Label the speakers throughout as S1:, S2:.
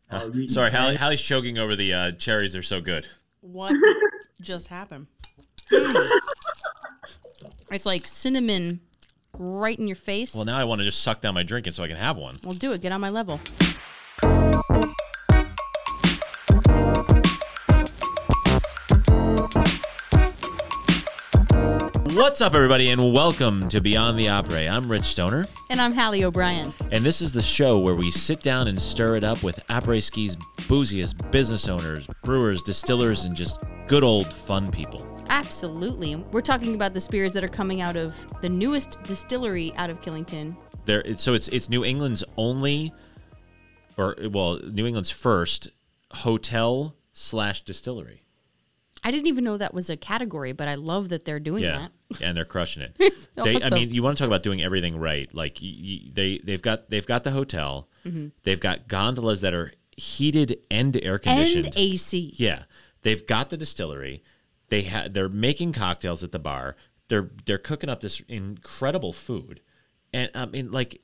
S1: are you-
S2: Sorry, Hallie, Hallie's choking over the uh, cherries. They're so good.
S3: What just happened? it's like cinnamon right in your face.
S2: Well,
S3: Well,
S2: now I want to just suck down my drink and so I can have one.
S3: do it. Get on my level.
S2: What's up, everybody, and welcome to Beyond the Opera. I'm Rich Stoner,
S3: And I'm Hallie O'Brien.
S2: and this is the show where we sit down and stir it up with Après Ski's booziest business owners, brewers, distillers, and just good old fun people.
S3: Absolutely. We're talking about the spirits that are coming out of the newest distillery out of Killington.
S2: There, it's- so it's it's New England's only, or well, New England's first hotel slash distillery.
S3: I didn't even know that was a category, but I love that they're doing
S2: yeah.
S3: that.
S2: and they're crushing it. they, I
S3: awesome.
S2: mean, you want to talk about doing everything right? Like y- y- they they've got they've got the hotel, they've got gondolas that are heated Mm-hmm. and air conditioned.
S3: And AC.
S2: yeah, they've got the distillery. They ha- they're making cocktails at the bar. They're they're cooking up this incredible food, and I mean, like,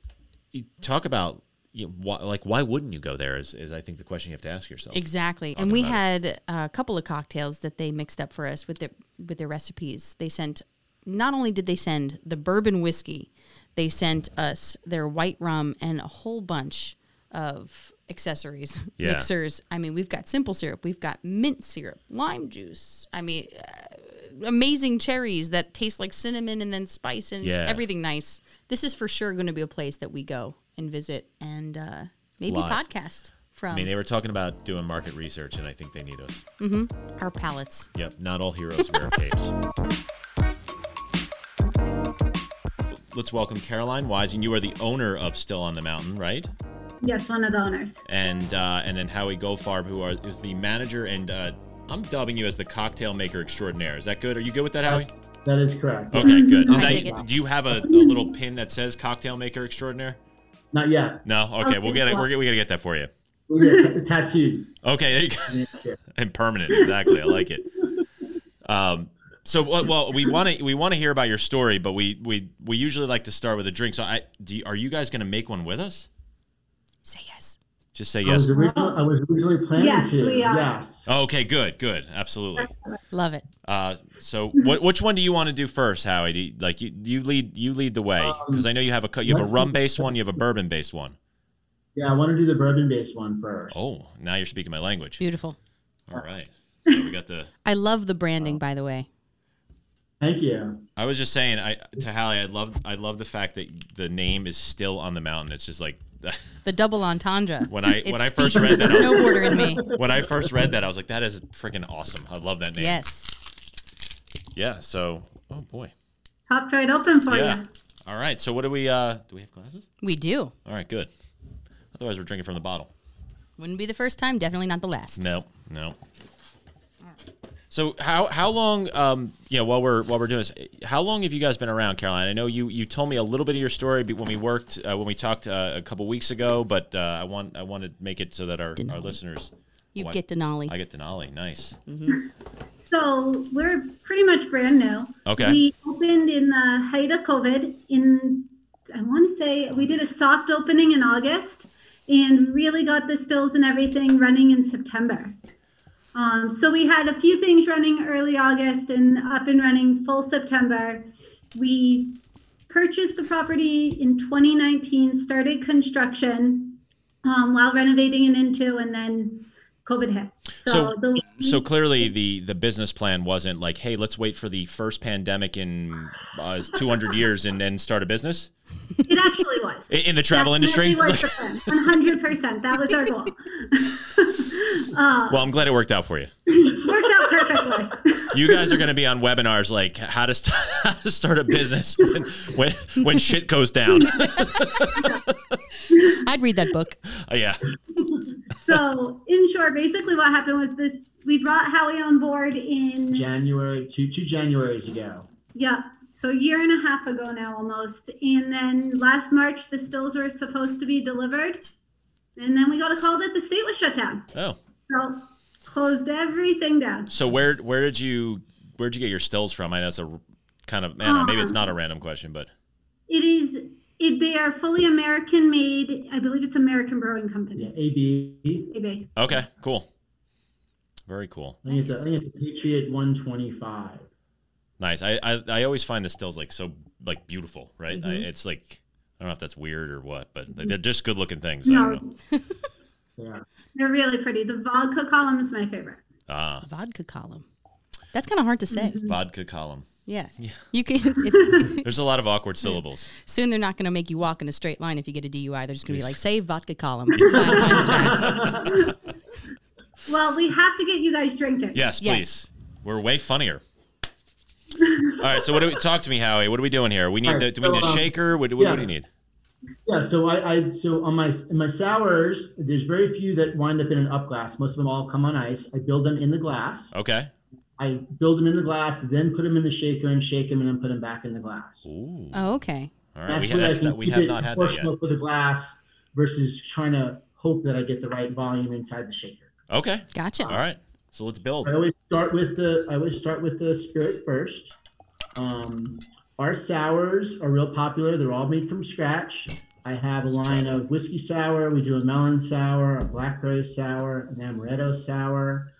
S2: you talk about. You know, why, like, why wouldn't you go there? Is, is I think the question you have to ask yourself.
S3: Exactly. And we had a couple of cocktails that they mixed up for us with their with their recipes. They sent not only did they send the bourbon whiskey, they sent us their white rum and a whole bunch of accessories,
S2: Yeah.
S3: mixers. I mean, we've got simple syrup, we've got mint syrup, lime juice. I mean, uh, amazing cherries that taste like cinnamon and then spice and
S2: Yeah.
S3: everything nice. This is for sure going to be a place that we go and visit and uh, maybe
S2: Live.
S3: podcast from
S2: I mean, they were talking about doing market research, and I think they need us.
S3: our palates.
S2: Yep, not all heroes wear capes. Let's welcome Caroline Wise, and you are the owner of Still on the Mountain, right?
S1: Yes, one of the owners.
S2: And uh, and then Howie Goldfarb, who are, is the manager, and uh, I'm dubbing you as the cocktail maker extraordinaire. Is that good? Are you good with that, Howie?
S4: That is correct.
S2: Okay, good. Is
S3: I
S2: that-
S3: dig it.
S2: do you have a, a little pin that says cocktail maker extraordinaire?
S4: Not yet.
S2: No.
S3: Oh,
S2: Okay, we'll get it.
S1: Okay.
S2: We're, g- we gotta get that for you.
S4: We'll get a t- tattooed.
S2: Okay, there you go.
S4: next year.
S2: and permanent. Exactly, I like it. Um, so well, well we want to we want to hear about your story, but we we we usually like to start with a drink. So I do. You, are you guys going to make one with us?
S3: Say yes.
S2: Just say
S4: I,
S2: yes. Oh,
S4: was originally, I was originally planning
S1: Yes,
S4: to.
S1: we are.
S4: Yes.
S2: Okay, good, good, absolutely.
S3: Love it.
S2: Uh, so, what, which one do you want to do first, Howie? Do you, like you, you lead, you lead the way because I know you have a co- you have a
S4: let's do-
S2: rum based one,
S4: let's
S2: you have a bourbon based one.
S4: Yeah, I want to do the bourbon based one first.
S2: Oh, now you're speaking my language.
S3: Beautiful.
S2: All right, so we got the
S3: I love the branding, by the way.
S4: Thank you.
S2: I was just saying, I to Hallie, I love I love the fact that the name is still on the mountain. It's just like
S3: The double entendre.
S2: when I
S3: it
S2: when I
S3: speaks
S2: first
S3: to
S2: read
S3: the
S2: that, I was,
S3: snowboarder in me.
S2: when I first read that, I was like, that is freaking awesome. I love that name.
S3: Yes.
S2: Yeah. So, oh boy.
S1: Popped right open for
S2: Yeah.
S1: you.
S2: All right. So, what do we? uh Do we have glasses?
S3: We do.
S2: All right. Good. Otherwise, we're drinking from the bottle.
S3: Wouldn't be the first time, definitely not the last.
S2: No. No. So how how long um you know while we're while we're doing this how long have you guys been around Caroline I know you you told me a little bit of your story be- when we worked uh, when we talked uh, a couple weeks ago but uh, I want I want to make it so that our, our listeners
S3: You
S2: What?
S3: get Denali.
S2: I get Denali nice
S1: So we're pretty much brand new.
S2: Okay.
S1: We opened in the height of COVID. In I want to say we did a soft opening in August, and really got the stills and everything running in September. Um, so we had a few things running early August and up and running full September. We purchased the property in 2019, started construction um, while renovating it into, and then COVID hit. So,
S2: So-
S1: the
S2: so clearly the the business plan wasn't like hey let's wait for the first pandemic in uh, 200 years and then start a business
S1: it actually was.
S2: in, in the travel industry well
S1: One hundred percent. That was our goal. uh,
S2: i'm glad it worked out for you
S1: worked out perfectly.
S2: you guys are going to be on webinars like how to, st- how to start a business when when, when shit goes down
S3: I'd read that book.
S2: Uh, yeah
S1: So, in short, basically, what happened was this: we brought Howie on board in
S4: January, two, two Januaries ago.
S1: yeah, so a year and a half ago now, almost. And then last March, the stills were supposed to be delivered, and then we got a call that the state was shut down.
S2: oh
S1: So, closed everything down.
S2: so where where did you where'd you get your stills from i know it's a r- kind of man maybe it's not a random question but
S1: It is It, they are fully American made. I believe it's American Brewing Company.
S4: Yeah, AB.
S1: Maybe.
S2: Okay, cool. Very cool.
S4: I think it's a, I think it's a Patriot 125.
S2: Nice. I, I, I always find the stills like so like beautiful, right?
S4: Mm-hmm.
S2: I, it's like I don't know if that's weird or what, but like, they're just good looking things. I don't know.
S1: No,
S4: Yeah.
S1: they're really pretty. The vodka column is my favorite.
S2: Ah,
S3: Vodka column. That's kind of hard to say.
S2: vodka column.
S3: Yeah. You can. It's, it's,
S2: There's a lot of awkward syllables.
S3: soon they're not going to make you walk in a straight line if you get a DUI. They're just going to be like, say vodka column five times fast.
S1: Well, we have to get you guys drinking.
S2: Yes, please.
S3: Yes.
S2: We're way funnier. All right. So what do we talk to me, Howie? What are we doing here? We need
S4: All right,
S2: the, do we need
S4: so,
S2: a
S4: um,
S2: shaker? What, do- what do
S4: yes.
S2: we need?
S4: Yeah, so I, I so on my in my sours, there's very few that wind up in an up glass. Most of them all come on ice. I build them in the glass.
S2: Okay.
S4: I build them in the glass, then put them in the shaker and shake them, and then put them back in the glass.
S2: Ooh.
S3: Oh, okay.
S2: All right. We,
S4: where
S2: that's that, we have not had that yet.
S4: proportional for the glass versus trying to hope that I get the right volume inside the shaker.
S2: Okay.
S3: Gotcha.
S4: Oh.
S2: All right. So let's build.
S4: I always start with the I always start with the spirit first. Um, our sours are real popular. They're all made from scratch. I have a line of whiskey sour. We do a melon sour, a blackberry sour, an amaretto sour,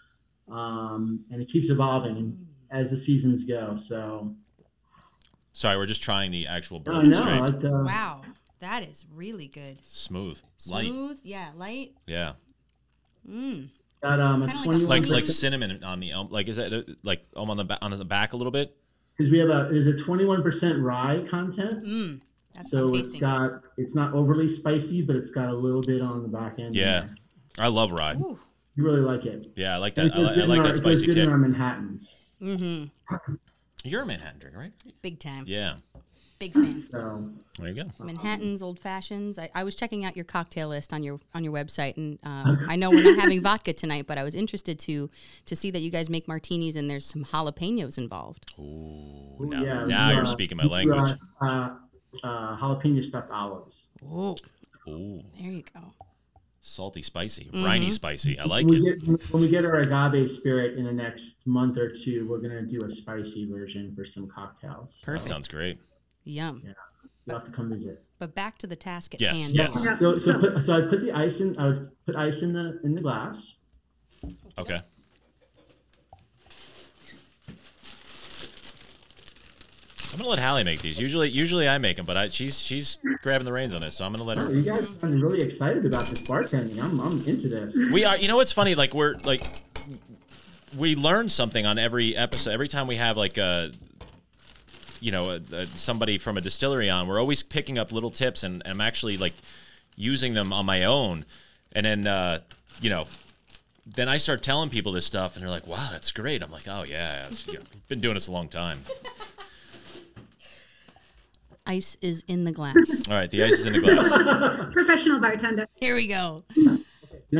S4: um, and it keeps evolving as the seasons go. So
S2: Sorry, we're just trying the actual
S4: I
S2: bourbon
S4: know I
S2: straight.
S4: like the
S3: Wow. That is really good.
S2: Smooth, light.
S3: Smooth. Yeah. Light.
S2: Yeah.
S3: Mm.
S4: got um, a
S3: Kinda like a
S4: twenty-one
S2: Like like
S4: percent
S2: cinnamon on the elm. Like is that uh, like elm on the back on the back a little bit?
S4: because we have a there's a twenty-one percent rye content.
S3: Mm. That's
S4: so
S3: so
S4: it's
S3: tasting.
S4: got it's not overly spicy, but it's got a little bit on the back end.
S2: Yeah.
S4: there.
S2: I love rye.
S3: Ooh.
S4: you really like it.
S2: Yeah, I like
S4: And it
S2: that. I,
S4: goes
S2: li-
S4: good
S2: I
S4: in
S2: like
S4: our-
S2: that
S4: it goes
S2: spicy
S4: good in
S2: kick.
S4: our Manhattans.
S3: Mm-hmm.
S2: You're a Manhattan drinker, right?
S3: Big time.
S2: Yeah.
S3: Big fan.
S4: So
S2: There you go.
S3: Manhattan's, old fashions. I, I was checking out your cocktail list on your on your website, and um, I know we're not having vodka tonight, but I was interested to to see that you guys make martinis and there's some jalapenos involved.
S2: Ooh.
S4: ooh,
S2: Now,
S4: yeah,
S2: now
S4: we,
S2: you're
S4: uh,
S2: speaking my
S4: we do, uh,
S2: language.
S4: Uh, uh, jalapeno stuffed olives.
S3: Oh,
S2: Ooh.
S3: there you go.
S2: Salty, spicy, briny, spicy. I like
S4: when, Mm-hmm. we
S2: it.
S4: Get, when we get our agave spirit in the next month or two, we're gonna do a spicy version for some cocktails.
S2: That sounds great.
S3: Yum.
S4: You'll have to come visit.
S3: But back to the task at
S2: Yes,
S3: hand.
S2: yes.
S1: Yeah.
S4: So so put, so I put the ice in. I would put ice in the in the glass.
S2: Okay. I'm gonna let Hallie make these. Usually, usually I make them, but I, she's she's grabbing the reins on this, so I'm gonna let her.
S4: Oh, you guys sound really excited about this bartending. I'm I'm into this.
S2: We are. You know what's funny? Like we're like we learn something on every episode. Every time we have like a you know a, a, somebody from a distillery on, we're always picking up little tips, and, and I'm actually like using them on my own. And then uh, you know, then I start telling people this stuff, and they're like, "Wow, that's great." I'm like, "Oh yeah, it's, you know, been doing this a long time."
S3: Ice is in the glass.
S2: All right, the ice is in the glass.
S1: Professional bartender.
S3: Here we go.
S4: Then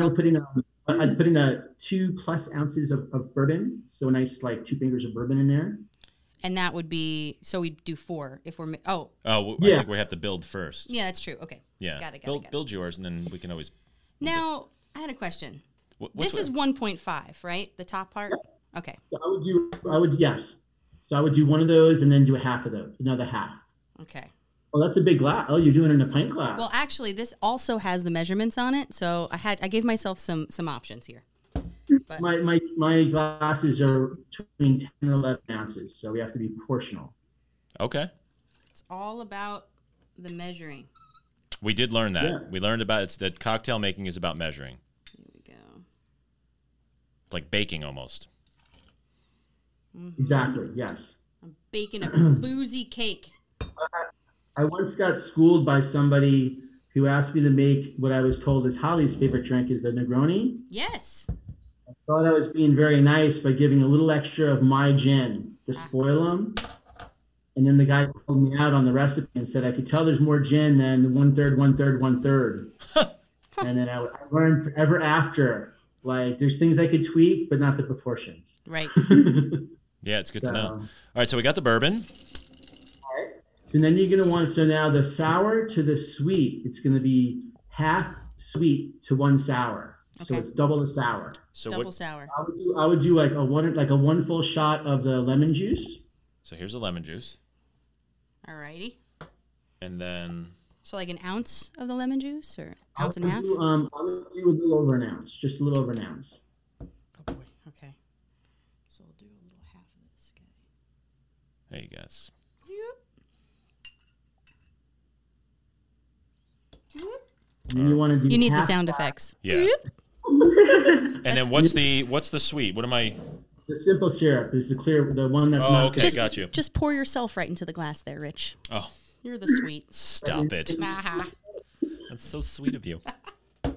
S4: I'm putting um, I- I'd put in a two plus ounces of, of bourbon, so a nice like two fingers of bourbon in there.
S3: And that would be so we do four if we're ma- oh
S2: Oh, w- I
S4: Yeah.
S2: think we have to build first.
S3: yeah that's true okay
S2: Yeah,
S3: got it got it,
S2: build
S3: got it.
S2: build yours, and then we can always.
S3: Now I had a question.
S2: wh- what's
S3: This is one point five, right? The top part. Okay.
S4: So I would do I would yes. So I would do one of those and then do a half of those, another half.
S3: Okay.
S4: Oh, that's a big glass. Oh, you're doing it in a pint glass.
S3: Well, actually, this also has the measurements on it, so I had I gave myself some some options here.
S4: my my my glasses are between ten and eleven ounces, so we have to be proportional.
S2: okay.
S3: It's all about the measuring.
S2: We did learn that.
S4: Yeah.
S2: We learned about it's that cocktail making is about measuring.
S3: Here we go.
S2: It's like baking almost.
S3: Mm-hmm.
S4: Exactly. Yes.
S3: I'm baking a boozy cake.
S4: I once got schooled by somebody who asked me to make what I was told is Holly's favorite drink is the Negroni.
S3: Yes.
S4: Thought I was being very nice by giving a little extra of my gin to spoil him. And then the guy called me out on the recipe and said I could tell there's more gin than the one third, one third, one third. and then I, I learned forever after, like there's things I could tweak, but not the proportions.
S3: Right.
S2: Yeah, it's good to
S4: So-
S2: know. All right, so we got the bourbon.
S4: So then you're gonna want so now the sour to the sweet, it's gonna be half sweet to one sour. So
S3: Okay.
S4: it's double the sour.
S2: So
S3: Double
S2: what?
S3: sour.
S4: I would do I would do like a one like a one full shot of the lemon juice.
S2: So here's the lemon juice,
S3: Alrighty.
S2: and then
S3: So like an ounce of the lemon juice or
S4: I
S3: ounce and a
S4: would
S3: half?
S4: do, Um, I would do a little over an ounce, just a little over an ounce.
S3: Oh boy. Okay. So we'll do a little half of this guy.
S2: There you go. It's-
S4: And
S2: Oh.
S4: then you want to do
S3: You need the
S4: half
S3: sound effects.
S2: Yeah. And then what's the what's the sweet? What am I?
S4: The simple syrup is the clear, the one that's
S2: Oh,
S4: not
S2: okay.
S4: good.
S3: Just,
S2: got you.
S3: Just pour yourself right into the glass there, Rich.
S2: Oh,
S3: You're the sweet.
S2: stop it!
S3: Aha.
S2: That's so sweet of you.
S3: All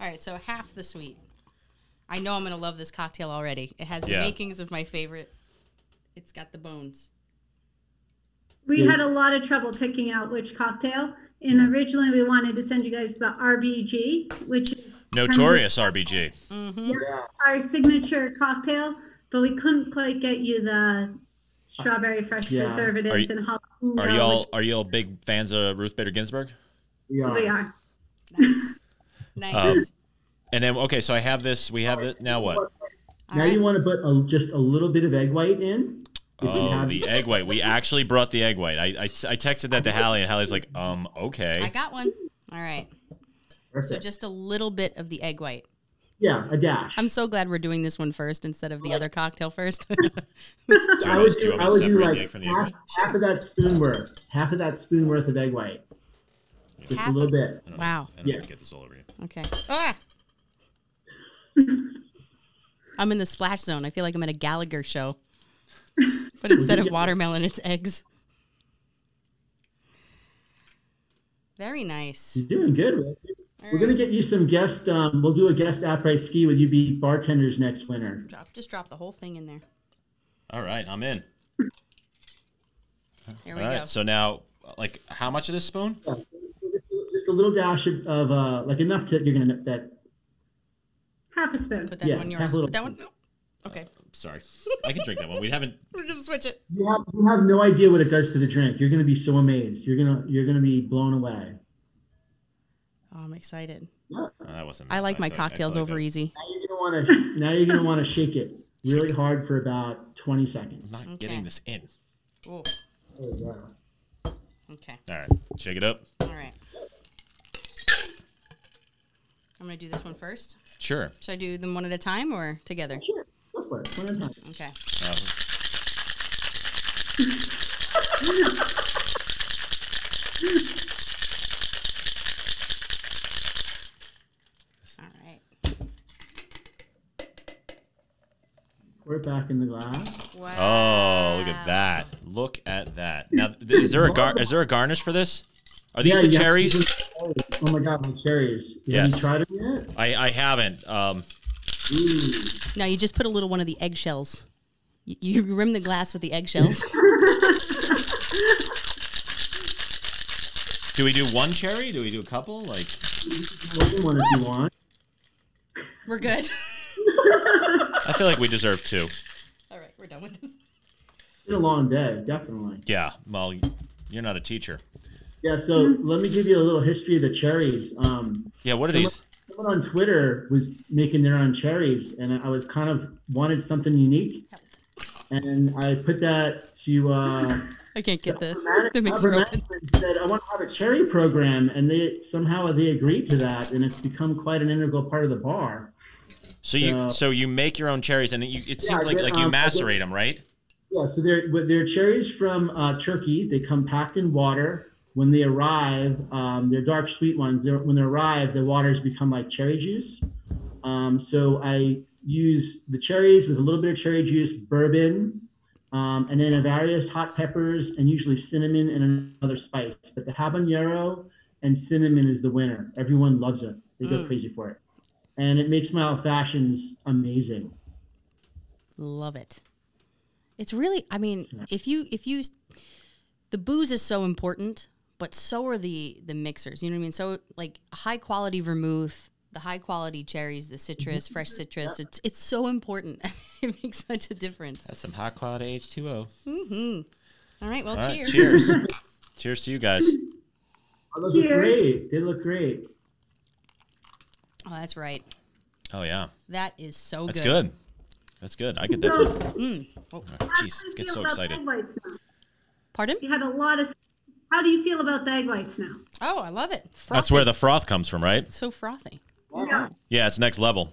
S3: right, so half the sweet. I know I'm going to love this cocktail already. It has the
S2: Yeah.
S3: makings of my favorite. It's got the bones.
S1: We had a lot of trouble picking out which cocktail. And originally, we wanted to send you guys the RBG, which is
S2: Notorious RBG.
S4: Mm-hmm.
S1: our signature cocktail, but we couldn't quite get you the strawberry fresh
S4: Yeah.
S1: preservatives
S2: Are you-
S1: and
S2: Are
S1: jalapeno.
S2: y'all are y'all big fans of Ruth Bader Ginsburg?
S4: We
S1: which
S4: are.
S1: We are.
S3: Nice. nice.
S2: And then okay, so I have this. We have it now. What?
S3: All
S4: Now
S3: right.
S4: you want to put a, just a little bit of egg white in. If you
S2: Oh,
S4: have-
S2: the egg white. We actually brought the egg white. I, I, I texted that to Hallie, and Hallie's like, um,
S3: I
S2: okay.
S3: got one. All right. So
S4: Perfect.
S3: just a little bit of the egg white.
S4: yeah, a dash.
S3: I'm so glad we're doing this one first instead of the other cocktail first.
S2: Do you
S4: I
S2: want
S4: would
S2: us- do you
S4: do,
S2: want
S4: I
S2: me to
S4: would do
S2: separate the
S4: like
S2: egg from the egg
S4: half,
S2: white?
S4: half of that spoon worth, half of that spoon worth of egg white. Just
S3: Half
S4: a little
S3: of-
S4: bit.
S3: wow.
S2: I don't know if
S4: Yeah.
S2: I get this all over you.
S3: Okay. Ah! I'm in the splash zone. I feel like I'm at a Gallagher show. But instead of watermelon, it's eggs. Very nice.
S4: You're doing good. Rick. We're gonna get you some guest. Um, we'll do a guest après ski with you be bartenders next winter.
S3: Drop, just drop the whole thing in there.
S2: All right, I'm in.
S3: There
S2: All
S3: we
S2: right,
S3: go.
S2: so now, like, how much of this spoon?
S4: Yeah, Just a little dash of, of uh, like enough to you're gonna that.
S1: Half a spoon.
S3: Put that
S4: yeah,
S3: one
S4: half
S3: yours.
S4: little-
S3: Put that one. Okay.
S2: Sorry, I can drink that one. We haven't.
S3: We're going to switch it.
S4: You have, you have no idea what it does to the drink. You're gonna be so amazed. You're gonna you're gonna be blown away.
S3: Oh, I'm excited.
S2: oh, that wasn't.
S3: I like my
S2: feel I feel
S3: cocktails
S2: like
S3: over
S2: that-
S3: easy.
S4: Now you're gonna want to now you're gonna want to shake it really hard for about 20
S2: I'm
S4: seconds.
S2: not
S3: Okay.
S2: getting this in.
S3: Oh,
S4: There we go.
S3: okay.
S2: All right, shake it up.
S3: All right. I'm going to do this one first.
S2: Sure.
S3: Should I do them one at a time or together?
S4: Sure, go for it. One at a time.
S3: Okay.
S2: Uh,
S3: All right.
S4: Pour it back in the glass.
S3: Wow.
S2: oh, look at that! Look at that. Now, th- is there a gar- is there a garnish for this? Are these
S4: Yeah,
S2: the
S4: you have to
S2: cherries?
S4: use Oh my god, my cherries. Have
S2: Yes.
S4: you tried them yet?
S2: I I haven't. Um,
S4: Ooh.
S3: Now you just put a little one of the eggshells. You, you rim the glass with the eggshells.
S2: do we do one cherry? Do we do a couple? Like,
S4: Well, you want if you want.
S3: we're good.
S2: I feel like we deserve two.
S3: All right, we're done with this.
S4: It's been a long day, definitely.
S2: Yeah, well, you're not a teacher.
S4: Yeah, so let me give you a little history of the cherries. Um,
S2: Yeah, what are
S4: someone,
S2: these?
S4: someone on Twitter was making their own cherries, and I was kind of wanted something unique, and I put that to. Uh,
S3: I can't get the,
S4: Management-
S3: the mixer
S4: upper
S3: open.
S4: management said, I want to have a cherry program, and they somehow they agreed to that, and it's become quite an integral part of the bar.
S2: So you
S4: uh,
S2: so you make your own cherries, and you, it seems
S4: I
S2: like
S4: get,
S2: like
S4: um,
S2: you
S4: I get-
S2: macerate them, right?
S4: Yeah, so they're with their cherries from uh, Turkey. They come packed in water. When they arrive, um, they're dark sweet ones. They're, when they arrive, the waters become like cherry juice. Um, so I use the cherries with a little bit of cherry juice, bourbon, um, and then various hot peppers and usually cinnamon and another spice. But the habanero and cinnamon is the winner. Everyone loves it. They go crazy for it, and it makes my old fashions amazing.
S3: Love it. It's really. I mean, if you if you, the booze is so important, but so are the the mixers. You know what I mean? So like high quality vermouth, the high quality cherries, the citrus, fresh citrus. It's it's so important. it makes such a difference. Mm-hmm.
S2: That's some high quality H two O.
S3: All right. Well,
S2: All right,
S3: cheers.
S2: cheers. cheers to you guys.
S4: Oh, those look
S1: Cheers.
S4: great. They look great.
S3: Oh, that's right.
S2: Oh yeah,
S3: That is so
S2: that's
S3: good.
S2: good. That's good. I could
S1: So,
S2: definitely.
S1: how
S3: Mm. Oh,
S2: Oh,
S1: do
S2: Jeez,
S1: you
S2: get
S1: feel
S2: so
S1: about
S2: excited.
S1: egg whites now?
S3: pardon?
S1: We had a lot of How do you feel about the egg whites now?
S3: Oh, I love it. Frothy.
S2: That's where the froth comes from, right?
S3: so frothy.
S1: Yeah.
S2: Yeah, it's next level.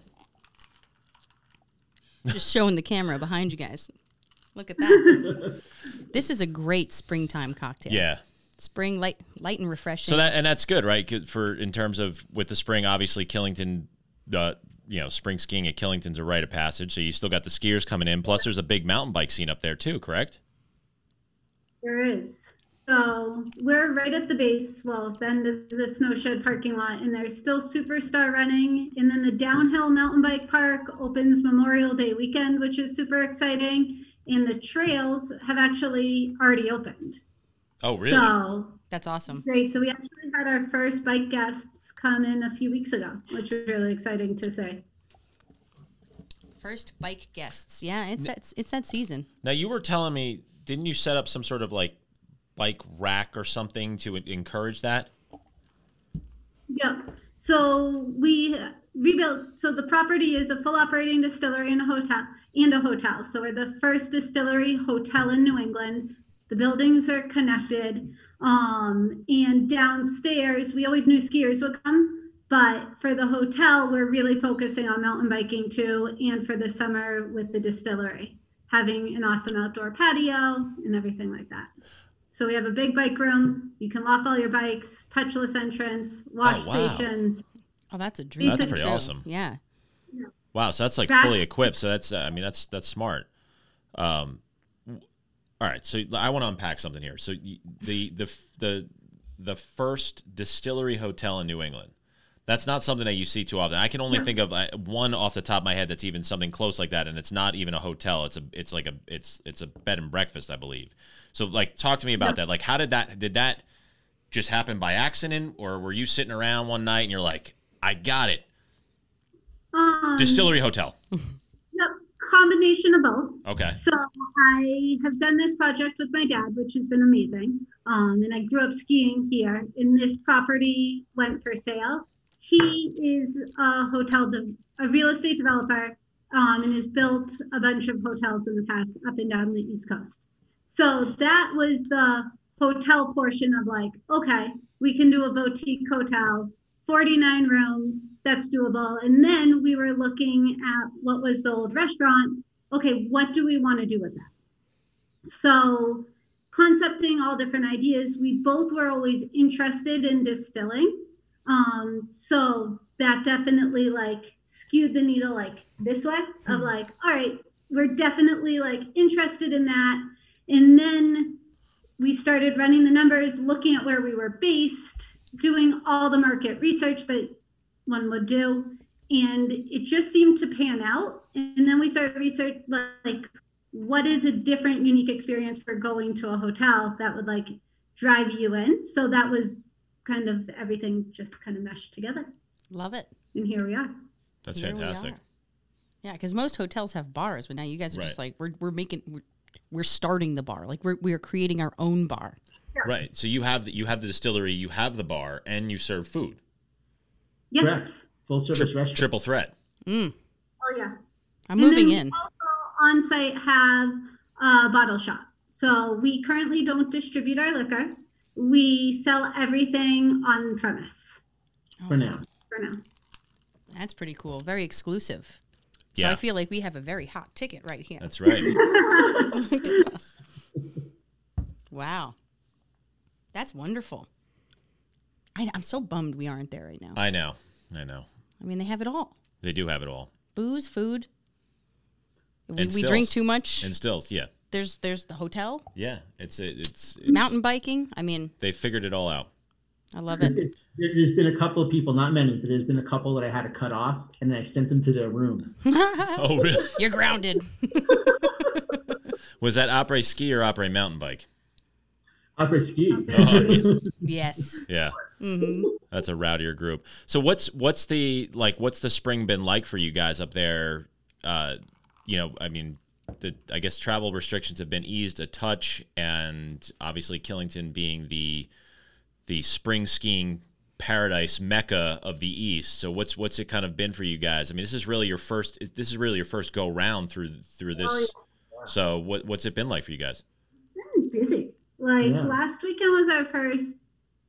S3: Just showing the camera behind you guys. Look at that. this is a great springtime cocktail.
S2: Yeah.
S3: Spring light, light and refreshing.
S2: So that and that's good, right? 'Cause For in terms of with the spring, obviously Killington, uh, you know, spring skiing at Killington's a rite of passage. So you still got the skiers coming in. Plus, there's a big mountain bike scene up there too, correct?
S1: There is. So we're right at the base, well, then the, the snow shed parking lot, and there's still Superstar running. And then the downhill mountain bike park opens Memorial Day weekend, which is super exciting. And the trails have actually already opened.
S2: Oh, really?
S1: So
S3: That's awesome.
S1: great. So we actually had our first bike guests come in a few weeks ago, which was really exciting to say.
S3: First bike guests. Yeah, it's that it's that season.
S2: now you were telling me, didn't you set up some sort of like bike rack or something to en- encourage that?
S1: Yep. So we rebuilt. So the property is a full operating distillery and a hotel and a hotel. So we're the first distillery hotel in New England. The buildings are connected. Um, and downstairs, we always knew skiers would come, but for the hotel, we're really focusing on mountain biking too, and for the summer with the distillery, having an awesome outdoor patio and everything like that. So we have a big bike room. You can lock all your bikes, touchless entrance, wash
S2: Oh, wow.
S1: stations.
S3: Oh, that's a dream.
S1: That's
S3: come
S2: pretty
S3: true.
S2: awesome.
S3: Yeah.
S2: Wow, so that's like
S1: That-
S2: fully equipped. So that's uh, I mean that's that's smart. Um, w- all right, so I want to unpack something here. So y- the the f- the the first distillery hotel in New England. That's not something that you see too often. I can only think of uh, one off the top of my head that's even something close like that, and it's not even a hotel. It's a it's like a it's it's a bed and breakfast, I believe. So like, talk to me about that. Like, how did that did that just happen by accident, or were you sitting around one night and you're like, I got it,
S1: Um,
S2: distillery hotel.
S1: yep, combination of both.
S2: Okay.
S1: So I have done this project with my dad, which has been amazing. Um, and I grew up skiing here, and this property went for sale. He is a hotel, de- a real estate developer, um, and has built a bunch of hotels in the past up and down the East Coast. So that was the hotel portion of like, okay, we can do a boutique hotel, 49 rooms, that's doable. And then we were looking at what was the old restaurant okay, what do we want to do with that? So, concepting all different ideas, we both were always interested in distilling. Um, so that definitely like skewed the needle like this way of like, all right, we're definitely like interested in that. And then we started running the numbers, looking at where we were based, doing all the market research that one would do and it just seemed to pan out and then we started research like what is a different unique experience for going to a hotel that would like drive you in so that was kind of everything just kind of meshed together
S3: Love it.
S1: and here we are
S2: That's
S3: Here we
S2: fantastic.
S3: are. Yeah, because most hotels have bars, but now you guys are just
S2: Right.
S3: like we're we're making we're, we're starting the bar. Like we're we're creating our own bar.
S2: Right. So you have the, you have the distillery, you have the bar, and you serve food.
S1: yes
S4: Correct. Full service restaurant.
S2: Triple threat.
S3: Mm,
S1: oh yeah
S3: I'm
S1: And
S3: moving
S1: then
S3: in.
S1: Also on site have a bottle shop. So we currently don't distribute our liquor. We sell everything on premise
S4: for now.
S1: for now.
S3: That's pretty cool. Very exclusive. So
S2: Yeah.
S3: I feel like we have a very hot ticket right here.
S2: That's right.
S3: Look at us. wow. That's wonderful. I, I'm so bummed we aren't there right now.
S2: I know. I know.
S3: I mean, they have it all
S2: They do have it all.
S3: booze, food. We,
S2: And
S3: we drink
S2: stills.
S3: too much.
S2: And still, yeah.
S3: there's there's the hotel,
S2: Yeah. It's it, it's, it's
S3: mountain biking. I mean,
S2: They figured it all out.
S3: I love it.
S4: There- There's been a couple of people, not many, but there's been a couple that I had to cut off, and I sent them to their room.
S3: Uh-huh.
S2: Oh, really?
S3: You're grounded.
S2: Was that opera ski or opera mountain bike?
S4: Upper ski.
S2: Oh, yeah.
S3: yes.
S2: yeah.
S3: hmm
S2: That's a rowdier group. So what's what's the like what's the spring been like for you guys up there? Uh, you know, I mean, the I guess travel restrictions have been eased a touch, and obviously Killington being the the spring skiing paradise mecca of the east. So what's what's it kind of been for you guys? I mean, this is really your first. is- This is really your first go round through through this. So what what's it been like for you guys?
S1: Been busy. Like
S4: Yeah.
S1: last weekend was our first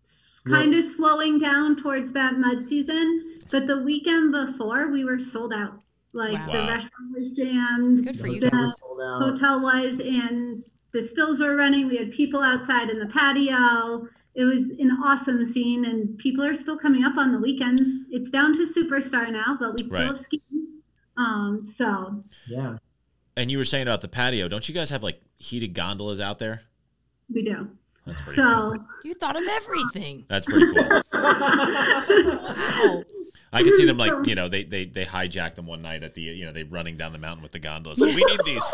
S1: s- kind of slowing down towards that mud season, but the weekend before we were sold out. Like
S3: Wow.
S1: the
S2: Wow.
S1: restaurant was jammed,
S3: Good for you
S4: Hotel
S1: Yeah.
S3: guys.
S4: was sold out.
S1: hotel was, and the stills were running. We had people outside in the patio. It was an awesome scene, and people are still coming up on the weekends. It's down to Superstar now, but we still
S2: Right.
S1: have skiing. Um, so
S4: Yeah.
S2: And you were saying about the patio. Don't you guys have like heated gondolas out there?
S1: we do.
S2: That's pretty. cool.
S1: So
S3: You thought of everything. Oh,
S2: That's pretty cool.
S3: Wow.
S2: I could see them like you know they they they hijacked them one night at the you know they running down the mountain with the gondolas. Like, we need these.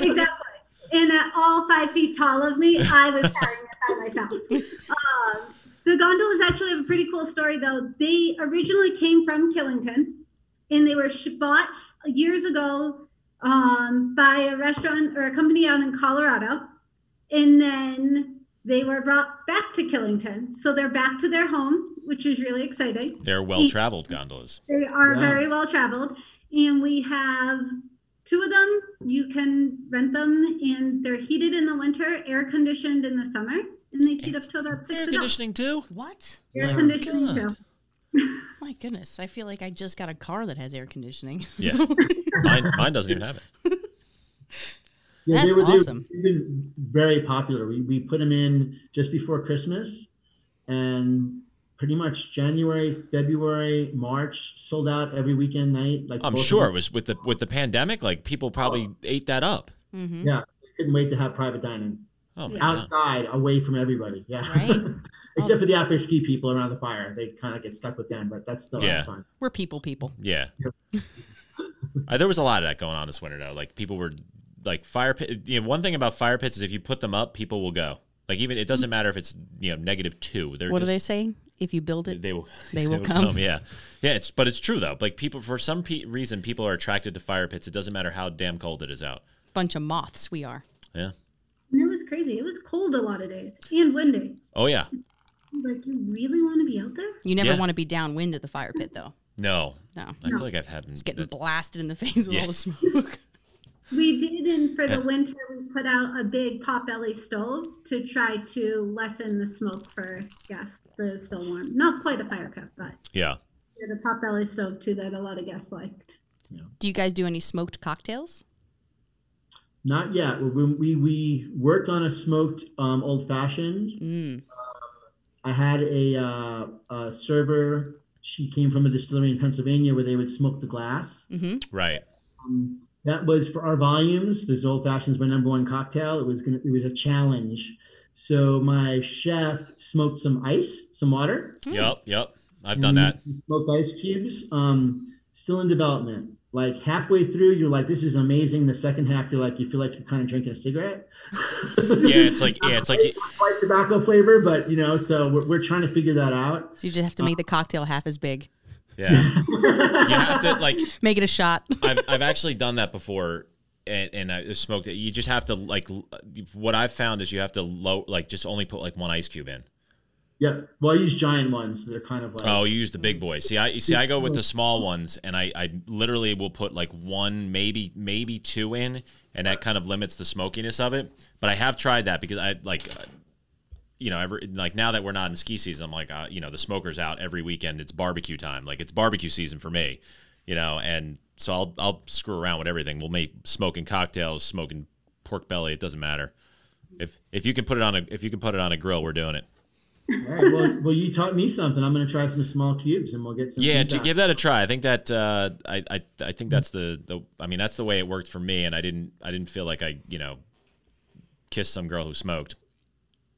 S1: exactly. And at all five feet tall of me, I was carrying it by myself. Um, the gondolas actually have a pretty cool story, though. They originally came from Killington, and they were sh- bought years ago um, by a restaurant or a company out in Colorado, and then they were brought back to Killington, so they're back to their home, which is really exciting.
S2: They're well traveled gondolas.
S1: They are
S4: Wow.
S1: very well traveled, and we have two of them. You can rent them, and they're heated in the winter, air conditioned in the summer, and they seat up to about
S2: Air
S1: sixty dollars.
S2: conditioning too.
S3: What?
S1: Air
S4: Wow.
S1: conditioning
S2: God.
S1: too.
S3: My goodness. I feel like I just got a car that has air conditioning.
S2: Yeah, mine mine doesn't even have it.
S4: Yeah,
S3: That's
S4: they were, they
S3: awesome.
S4: They've been very popular. We, we put them in just before Christmas and pretty much January, February, March sold out every weekend night. Like
S2: I'm
S4: both of
S2: sure it
S4: them.
S2: was with the with the pandemic. Like people probably ate that up.
S3: Mm-hmm.
S4: Yeah, we couldn't wait to have private dining
S2: Oh my god.
S4: outside, away from everybody. Yeah,
S3: Right.
S4: except for the outback ski people around the fire. They kind of get stuck with them, but that's still
S2: Yeah.
S4: that's fun.
S3: We're people people.
S2: Yeah. Uh, there was a lot of that going on this winter though. Like people were like fire pit. You know, one thing about fire pits is if you put them up, people will go. Like even it doesn't matter if it's you know negative two. They're
S3: What do
S2: just,
S3: they say? If you build it,
S2: They will.
S3: They will come.
S2: Yeah, yeah. It's but it's true though. Like people for some pe- reason people are attracted to fire pits. It doesn't matter how damn cold it is out.
S3: bunch of moths we are.
S2: Yeah.
S1: And it was crazy. It was cold a lot of days and windy.
S2: Oh yeah.
S1: Like you really want to be out there?
S3: You never
S2: Yeah.
S3: want to be downwind at the fire pit, though.
S2: No.
S3: No.
S2: I feel like I've had.
S3: It's getting
S2: that's-
S3: blasted in the face with
S2: Yeah.
S3: all the smoke.
S1: We did, and for the
S2: Yeah.
S1: winter, we put out a big pot belly stove to try to lessen the smoke for guests for the still warm. Not quite a fire pit, but
S2: yeah.
S1: the pot belly stove too that a lot of guests liked.
S3: do you guys do any smoked cocktails?
S4: Not yet. We, we, we worked on a smoked um, old fashioned.
S3: Mm.
S4: I had a, uh, a server. She came from a distillery in Pennsylvania where they would smoke the glass.
S3: Mm-hmm.
S2: Right.
S4: Um, that was for our volumes. This old fashioned is my number one cocktail. It was gonna. It was a challenge. So my chef smoked some ice, some water.
S3: Mm.
S2: Yep. Yep. I've
S4: and
S2: done that.
S4: we Smoked ice cubes. Um, still in development. Like halfway through, you're like, "This is amazing." The second half, you're like, you feel like you're kind of drinking a cigarette.
S2: Yeah. It's like yeah. It's like
S4: quite tobacco flavor, but you know. So we're, we're trying to figure that out.
S3: So you just have
S2: Uh.
S3: to make the cocktail half as big.
S2: yeah. You have to like
S3: Make it a shot.
S2: I've, I've actually done that before and, and I smoked it. You just have to like l- what I've found is you have to low like just only put like one ice cube in.
S4: Yep. Well, I use giant ones. They're kind of like.
S2: Oh, you use the big boys. See, I you see I go with the small ones and I, I literally will put like one, maybe maybe two in and that kind of limits the smokiness of it. But I have tried that because I like uh, you know, every like now that we're not in ski season, I'm like, uh, you know, the smoker's out every weekend. It's barbecue time. Like it's barbecue season for me, you know, and so I'll I'll screw around with everything. We'll make smoking cocktails, smoking pork belly. It doesn't matter. If if you can put it on a if you can put it on a grill, we're doing it.
S4: All right. Well, well, you taught me something. I'm going to try some small cubes, and we'll get some.
S2: Yeah,
S4: feedback.
S2: give that a try. I think that uh, I, I I think that's the, the I mean that's the way it worked for me, and I didn't I didn't feel like I you know kissed some girl who smoked.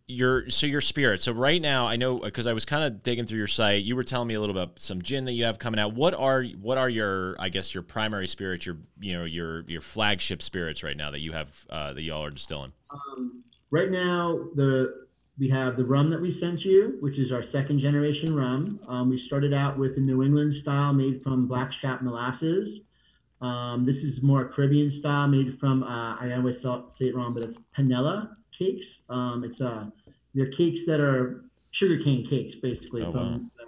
S2: Your so your spirit. So right now I know because I was kind of digging through your site. You were telling me a little about some gin that you have coming out. What are what are your I guess your primary spirits, your you know your your flagship spirits right now that you have uh, that y'all are distilling.
S4: Um, right now, the we have the rum that we sent you, which is our second generation rum. Um, we started out with a New England style made from blackstrap molasses. Um, this is more Caribbean style made from uh, I always saw- say it wrong, but it's panela cakes. Um, it's uh, they're cakes that are sugarcane cakes, basically.
S2: Oh,
S4: from uh,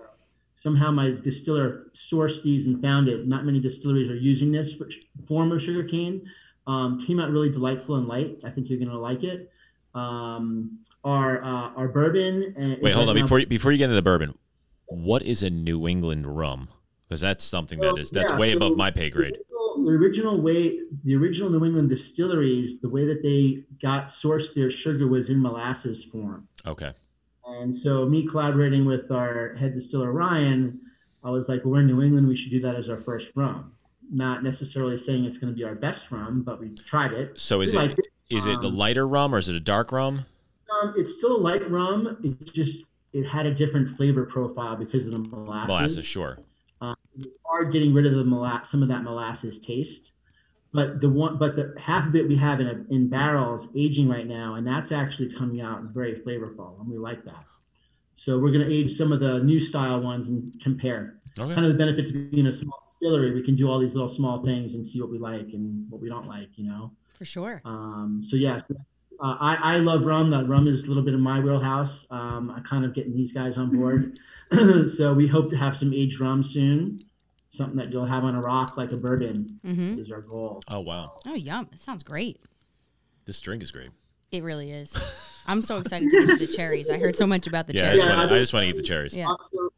S4: somehow my distiller sourced these and found it. Not many distilleries are using this form of sugarcane um, came out really delightful and light. I think you're going to like it. um, our uh, our bourbon. And
S2: Wait, hold on before you, before you get into the bourbon. What is a New England rum? Because that's something that is that's
S4: Yeah,
S2: way
S4: so
S2: above my
S4: the
S2: pay grade.
S4: original- The original way, the original New England distilleries, the way that they got sourced their sugar was in molasses form.
S2: Okay,
S4: And so, me collaborating with our head distiller Ryan, I was like, "Well, we're in New England. We should do that as our first rum." Not necessarily saying it's going to be our best rum, but we tried it.
S2: so is
S4: we
S2: it
S4: liked it.
S2: is it the
S4: Um,
S2: lighter rum or is it a dark rum?
S4: Um, it's still a light rum. It's just it had a different flavor profile because of the molasses.
S2: Molasses, sure.
S4: are getting rid of the molasses, some of that molasses taste. But the one, but the half of it we have in a, in barrels aging right now, and that's actually coming out very flavorful, and we like that. So we're going to age some of the new style ones and compare.
S2: Okay.
S4: Kind of the benefits of being a small distillery, we can do all these little small things and see what we like and what we don't like, you know.
S3: for sure.
S4: Um, so yeah, so that's- uh, I, I love rum. That rum is a little bit of my wheelhouse. Um, I kind of getting these guys on board.
S3: Mm-hmm.
S4: so we hope to have some aged rum soon. Something that you'll have on a rock like a bourbon
S3: Mm-hmm.
S4: is our goal.
S2: Oh wow,
S3: Oh, yum! It sounds great.
S2: this drink is great.
S3: It really is. I'm so excited to get to the cherries. I heard so much about the
S2: Yeah, I
S3: cherries.
S2: just,
S4: Yeah,
S2: want,
S4: I-
S2: I just want to eat the cherries.
S3: Yeah.
S4: Uh, so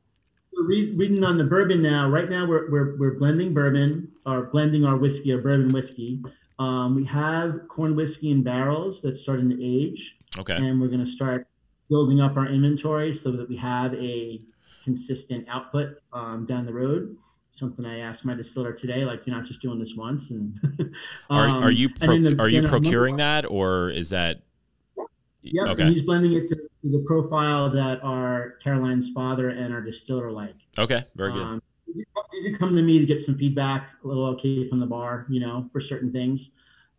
S4: we're re- reading on the bourbon now. Right now, we're, we're, we're blending bourbon or blending our whiskey or bourbon whiskey. Um, we have corn whiskey in barrels that's starting to age.
S2: Okay,
S4: and we're going to start building up our inventory so that we have a consistent output um, down the road. Something I asked my distiller today, like you're not just doing this once. And
S2: are,
S4: um,
S2: are you
S4: and
S2: pro-
S4: then the-
S2: are you
S4: then our-
S2: procuring that or is that?
S4: Yep, and
S2: Okay.
S4: he's blending it to the profile that our Caroline's father and our distiller like.
S2: Okay. Very good.
S4: Um, you you could come to me to get some feedback, a little okay from the bar, you know, for certain things.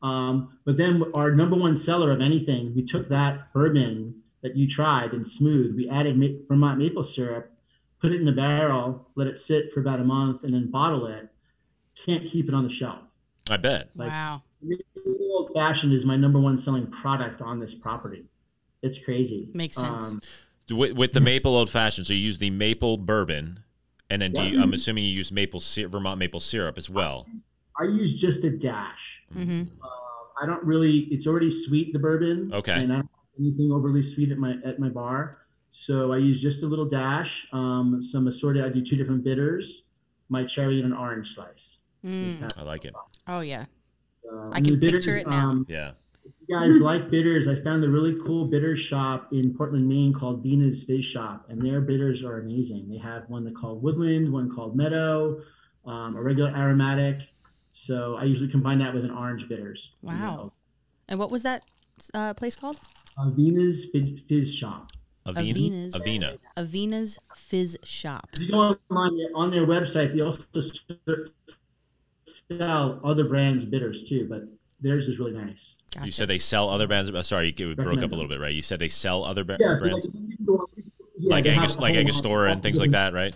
S4: Um, but then our number one seller of anything, we took that bourbon that you tried and smooth, we added ma- Vermont maple syrup, put it in a barrel, let it sit for about a month, and then bottle it. Can't keep it on the shelf.
S2: I bet.
S4: like-
S3: wow.
S4: Old fashioned is my number one selling product on this property. It's crazy.
S3: Makes sense.
S4: Um,
S2: With, with the maple old fashioned, so you use the maple bourbon, and then do you,
S4: Yeah. Mm-hmm.
S2: I'm assuming you use maple sy- Vermont maple syrup as well.
S4: I use just a dash.
S3: Mm-hmm.
S4: I don't really. It's already sweet the bourbon.
S2: Okay.
S4: And I don't have anything overly sweet at my at my bar, so I use just a little dash, um, some assorted. I do two different bitters, my cherry and an orange slice. Is
S3: Mm.
S4: that-
S2: I like it.
S3: Oh yeah.
S4: uh,
S3: I
S4: and
S3: can
S4: the bitters,
S3: picture it now.
S4: Um,
S2: Yeah.
S4: you guys like bitters? I found a really cool bitter shop in Portland, Maine called Dina's Fizz Shop, and their bitters are amazing. They have one called Woodland, one called Meadow, um, a regular aromatic. So I usually combine that with an orange bitters. you
S3: Wow.
S4: know.
S3: And what was that uh, place called?
S4: Uh, Dina's Fizz, Fizz Shop.
S2: Avena.
S3: Avena's.
S2: Avena.
S3: Avena's Fizz Shop.
S4: If you go online on their website, they also s- sell other brands bitters too, but theirs is really nice.
S3: Gotcha.
S2: You said they sell other brands. uh, Sorry, it broke up
S4: Recommend
S2: a little bit, right? You said they sell other ba-
S4: Yeah, so like,
S2: brands
S4: you can go on- yeah,
S2: like
S4: they have
S2: Angus,
S4: a
S2: like
S4: whole
S2: Angostura
S4: lot-
S2: and things like that, right?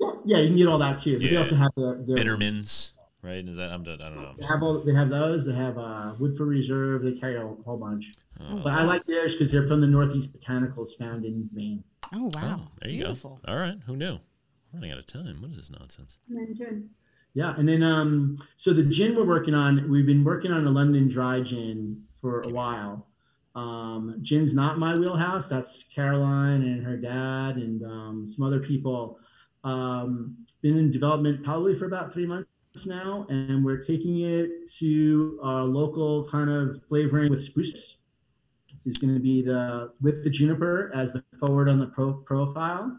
S4: Yeah, yeah, you can get all that too. But they
S2: Yeah.
S4: also have their, their
S2: Bittermans, right? Is that I'm done, I don't
S4: They
S2: know.
S4: have all they have those. They have uh, Woodford Reserve. They carry a whole bunch.
S2: Oh,
S4: But I like theirs because they're from the Northeast Botanicals, found in Maine.
S3: Oh
S2: oh,
S3: wow.
S2: there you
S3: Beautiful.
S2: go. All right. Who knew? I'm running out of time. What is this nonsense?
S1: Mandarin.
S4: Yeah, and then um, so the gin we're working on, we've been working on a London Dry gin for a while. Um, gin's not my wheelhouse. That's Caroline and her dad and um, some other people. Um, been in development probably for about three months now, and we're taking it to a local kind of flavoring with spruce. Is going to be the with the juniper as the forward on the pro, profile.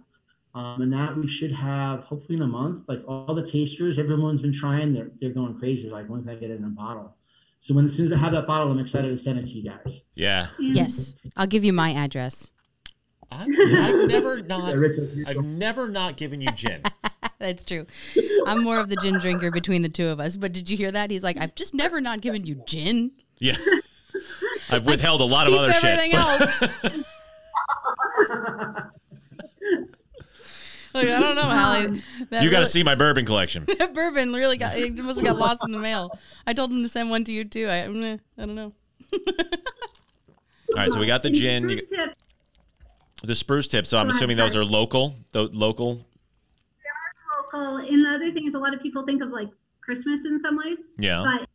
S4: Um, and that we should have hopefully in a month. Like all the tasters, everyone's been trying. They're they're going crazy. Like when can I get it in a bottle? So when as soon as I have that bottle, I'm excited to send it to you guys.
S2: Yeah.
S1: And
S3: Yes. I'll give you my address.
S2: I, I've never
S4: Yeah,
S2: not.
S4: Richard, you-
S2: I've never not given you gin.
S3: That's true. I'm more of the gin drinker between the two of us. But did you hear that? He's like, I've just never not given you gin.
S2: Yeah. I've withheld a lot of
S3: Keep
S2: other shit.
S3: everything
S2: but-
S3: else. like, I don't know, Hallie. That
S2: Um, You got to
S3: really-
S2: see my bourbon collection.
S3: that bourbon really got it must have got lost in the mail. I told him to send one to you too. I mm, I don't know.
S2: All right, so we got the
S1: And
S2: gin, you
S1: spruce tip,
S2: got the spruce tip. So I'm
S1: Go ahead,
S2: assuming those
S1: sorry.
S2: are local. The local,
S1: local. And the other thing is, a lot of people think of like Christmas in some ways.
S2: yeah.
S1: But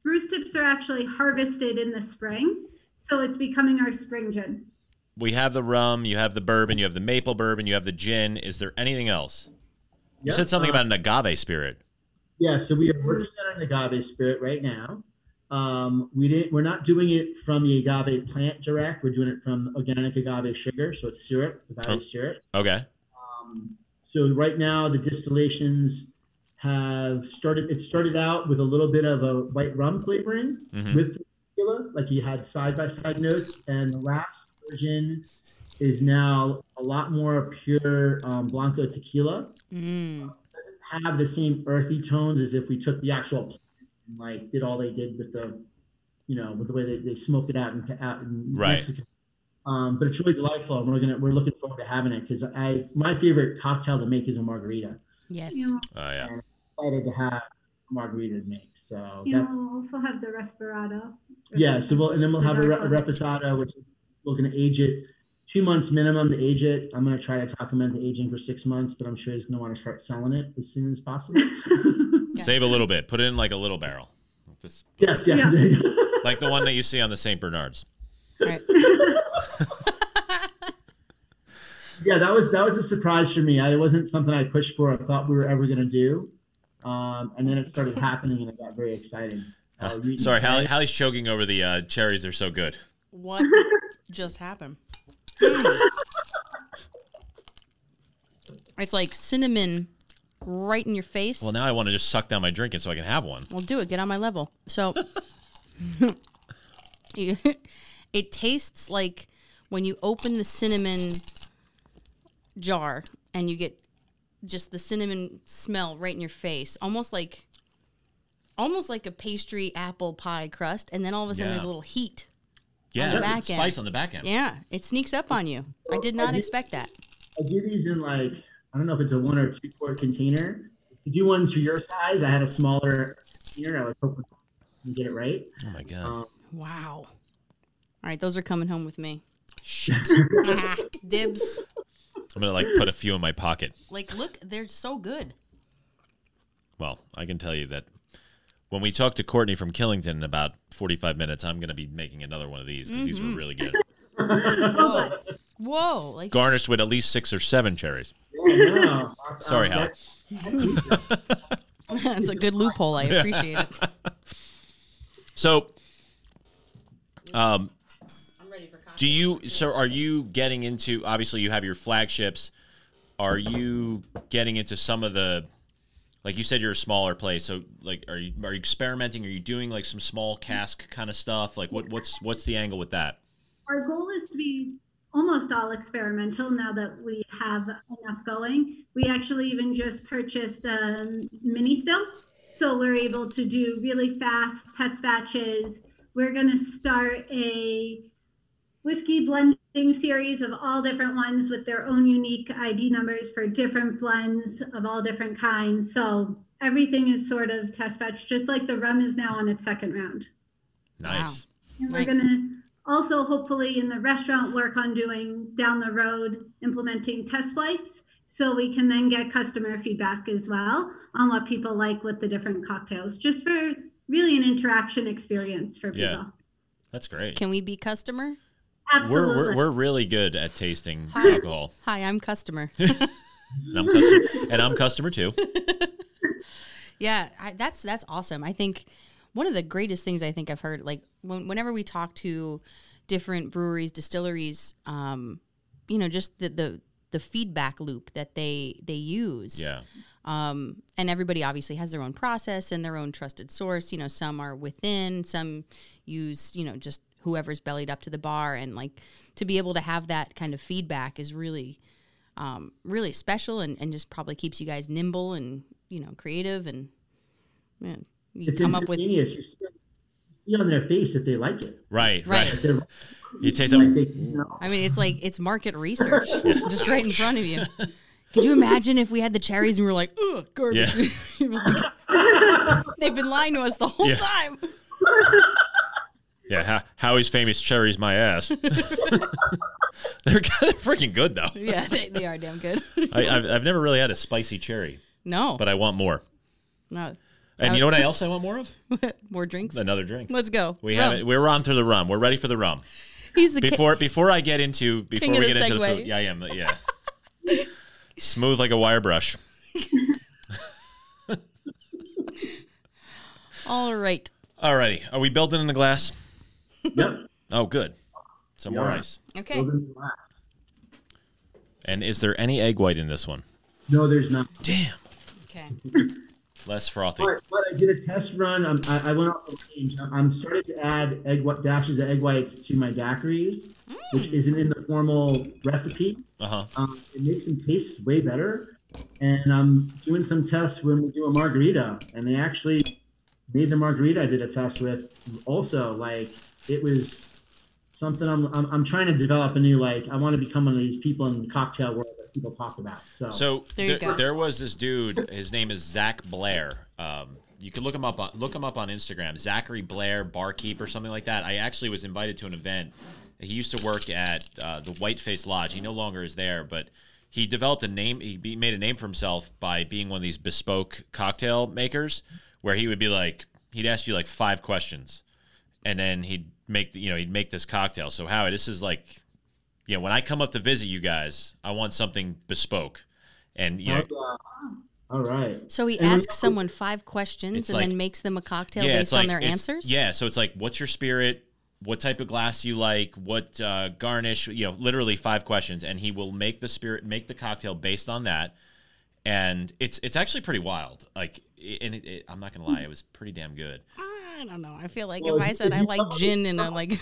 S1: spruce tips are actually harvested in the spring. So it's becoming our spring gin.
S2: We have the rum, you have the bourbon, you have the maple bourbon, you have the gin. Is there anything else? You
S4: Yep,
S2: said something
S4: uh,
S2: about an agave spirit.
S4: Yeah, so we are working on an agave spirit right now. Um, we didn't. We're not doing it from the agave plant direct. We're doing it from organic agave sugar, so it's syrup, agave
S2: Oh.
S4: syrup.
S2: Okay.
S4: Um, so right now, the distillations have started. It started out with a little bit of a white rum flavoring
S2: Mhm.
S4: with the tequila, like you had side by side notes. And the last version is now a lot more pure um, blanco tequila.
S3: Mm.
S4: Doesn't have the same earthy tones as if we took the actual plant and like did all they did with the, you know, with the way they, they smoke it out in, out in
S2: Right.
S4: Mexico. Um, but it's really delightful, and we're gonna we're looking forward to having it because I my favorite cocktail to make is a margarita.
S3: Yes.
S1: You know,
S2: Oh yeah.
S4: Excited to have a margarita to make, so
S1: you
S4: Oh,
S1: know,
S4: that's
S1: we'll also have the respirado. Mm-hmm.
S4: Yeah, so we'll, and then we'll have a, re- a
S1: Reposado.
S4: reposado, which we're going to age it two months minimum to age it. I'm going to try to talk him into aging for six months, but I'm sure he's going to want to start selling it as soon as possible.
S2: Save a little bit. Put it in like a little barrel. Like this
S4: yes, yeah.
S1: Yeah.
S4: there you go.
S2: like the one that you see on the St. Bernards.
S3: All right.
S4: yeah, that was that was a surprise for me. I, it wasn't something I pushed for. I thought we were ever going to do, um, and then it started happening, and it got very exciting. Uh, you-
S2: Ah, Sorry, Hallie, Hallie's choking over the uh, cherries. They're so good.
S3: What just happened? it's like cinnamon right in your face.
S2: Well,
S3: Well,
S2: now I want to just suck down my drink and so I can have one.
S3: do it. Get on my level. So you- it tastes like when you open the cinnamon jar and you get just the cinnamon smell right in your face, almost like almost like a pastry apple pie crust, and then all of a sudden
S2: Yeah.
S3: there's a little heat.
S2: Yeah,
S3: the back
S2: spice
S3: end.
S2: on the back end.
S3: Yeah, it sneaks up on you. I did not expect that.
S4: I do these in like I don't know if it's a one or two quart container. If you do ones for your size, I had a smaller container. I would hope you get it right.
S2: Oh my god.
S4: Um,
S3: Wow. All right, those are coming home with me. Ah, Dibs.
S2: I'm gonna like put a few in my pocket.
S3: Like, look, they're so good.
S2: Well, I can tell you that when we talk to Courtney from Killington in about 45 minutes, I'm gonna be making another one of these because these
S3: Mm-hmm.
S2: were really good,
S3: Whoa. Whoa. Like,
S2: garnished with at least six or seven cherries.
S4: Yeah, Oh, no.
S2: Sorry,
S4: Um, that-
S3: it's a good loophole. I appreciate it.
S2: So, um,
S3: I'm ready for coffee.
S2: do you? So, are you getting into? Obviously, you have your flagships. Are you getting into some of the? Like you said, you're a smaller place. So, like, are you are you experimenting? Are you doing like some small cask kind of stuff? Like, what what's what's the angle with that?
S1: Our goal is to be almost all experimental now that we have enough going. We actually even just purchased a mini still, so we're able to do really fast test batches. We're going to start a whiskey blending series of all different ones with their own unique ID numbers for different blends of all different kinds. So everything is sort of test batch, just like the rum is now on its second round.
S2: Nice.
S1: And we're
S3: Right.
S1: going to also hopefully in the restaurant work on doing down the road implementing test flights so we can then get customer feedback as well on what people like with the different cocktails just for really an interaction experience for people
S2: Yeah. That's great.
S3: Can we be customer?
S2: We're,
S1: absolutely
S2: we're, we're really good at tasting
S3: Hi.
S2: alcohol.
S3: Hi, I'm customer.
S2: And I'm customer, and I'm customer too.
S3: Yeah, I, that's that's awesome. I think one of the greatest things I think I've heard, like when, whenever we talk to different breweries, distilleries, um, you know, just the, the the feedback loop that they they use.
S2: Yeah.
S3: Um, and everybody obviously has their own process and their own trusted source. You know, some are within, some use, you know, just whoever's bellied up to the bar. And like to be able to have that kind of feedback is really, um, really special and, and just probably keeps you guys nimble and, you know, creative and yeah, you
S4: It's
S3: come up with.
S4: instantaneous. You see- you see on their face if they like it.
S2: Right. Right.
S3: Right.
S4: They're
S2: You taste
S4: like
S2: it.
S4: they, you know,
S3: I mean, it's like it's market research just right in front of you. Could you imagine if we had the cherries and we were like, ugh, garbage? They've been lying to us the whole
S2: Yeah.
S3: time.
S2: Yeah. Ho- Howie's famous cherries my ass. they're, good- they're freaking good though.
S3: Yeah, they, they are damn good.
S2: I, I've, I've never really had a spicy cherry,
S3: no,
S2: but I want more.
S3: no.
S2: And you know what I- else I want more of?
S3: More drinks.
S2: Another drink.
S3: Let's go.
S2: We
S3: Rum.
S2: have it. We're on through the rum. We're ready for the rum.
S3: He's the ki-
S2: Before before I get into before
S3: King of
S2: we
S3: the
S2: get into the
S3: segue.
S2: food. Yeah, I am. Yeah. Smooth like a wire brush.
S3: All right.
S2: Alrighty. Are we building in the glass?
S4: Yep.
S2: Oh, good. Some more
S4: Yeah.
S2: ice.
S3: Okay.
S4: Golden glass.
S2: And is there any egg white in this one?
S4: No, there's not.
S2: Damn.
S3: Okay.
S2: Less frothy.
S4: But, but I did a test run. Um, I, I went off the range. I'm, I'm starting to add egg wh- dashes of egg whites to my daiquiris, which
S3: Mm.
S4: isn't in the formal recipe.
S2: Uh huh.
S4: Um, it makes them taste way better. And I'm doing some tests when we do a margarita, and they actually made the margarita I did a test with. Also, like it was something I'm I'm, I'm trying to develop a new like I want to become one of these people in the cocktail world that people talk about. So,
S2: So
S3: There you
S2: there,
S3: go.
S2: there was this dude. His name is Zach Blair. Um, you can look him up on look him up on Instagram. Zachary Blair, barkeep or something like that. I actually was invited to an event. He used to work at uh, the Whiteface Lodge. He no longer is there, but he developed a name. He be, made a name for himself by being one of these bespoke cocktail makers, where he would be like, he'd ask you like five questions, and then he'd make the- you know he'd make this cocktail. So Howie, this is like, you know, when I come up to visit you guys, I want something bespoke, and you know,
S4: Uh, all right.
S3: So he
S4: And we-
S3: asks someone five questions
S2: It's
S3: and
S2: like-
S3: then makes them a cocktail
S2: yeah, it's
S3: based on
S2: like-
S3: their
S2: it's-
S3: answers.
S2: Yeah, so it's like, what's your spirit? What type of glass you like? What uh, garnish? You know, literally five questions, and he will make the spirit, make the cocktail based on that. And it's it's actually pretty wild. Like, i- and it, it, I'm not gonna lie, it was pretty damn good.
S3: I don't know. I feel like
S4: Well,
S3: if I
S4: if
S3: said I
S4: you
S3: like
S4: come up-
S3: gin and I like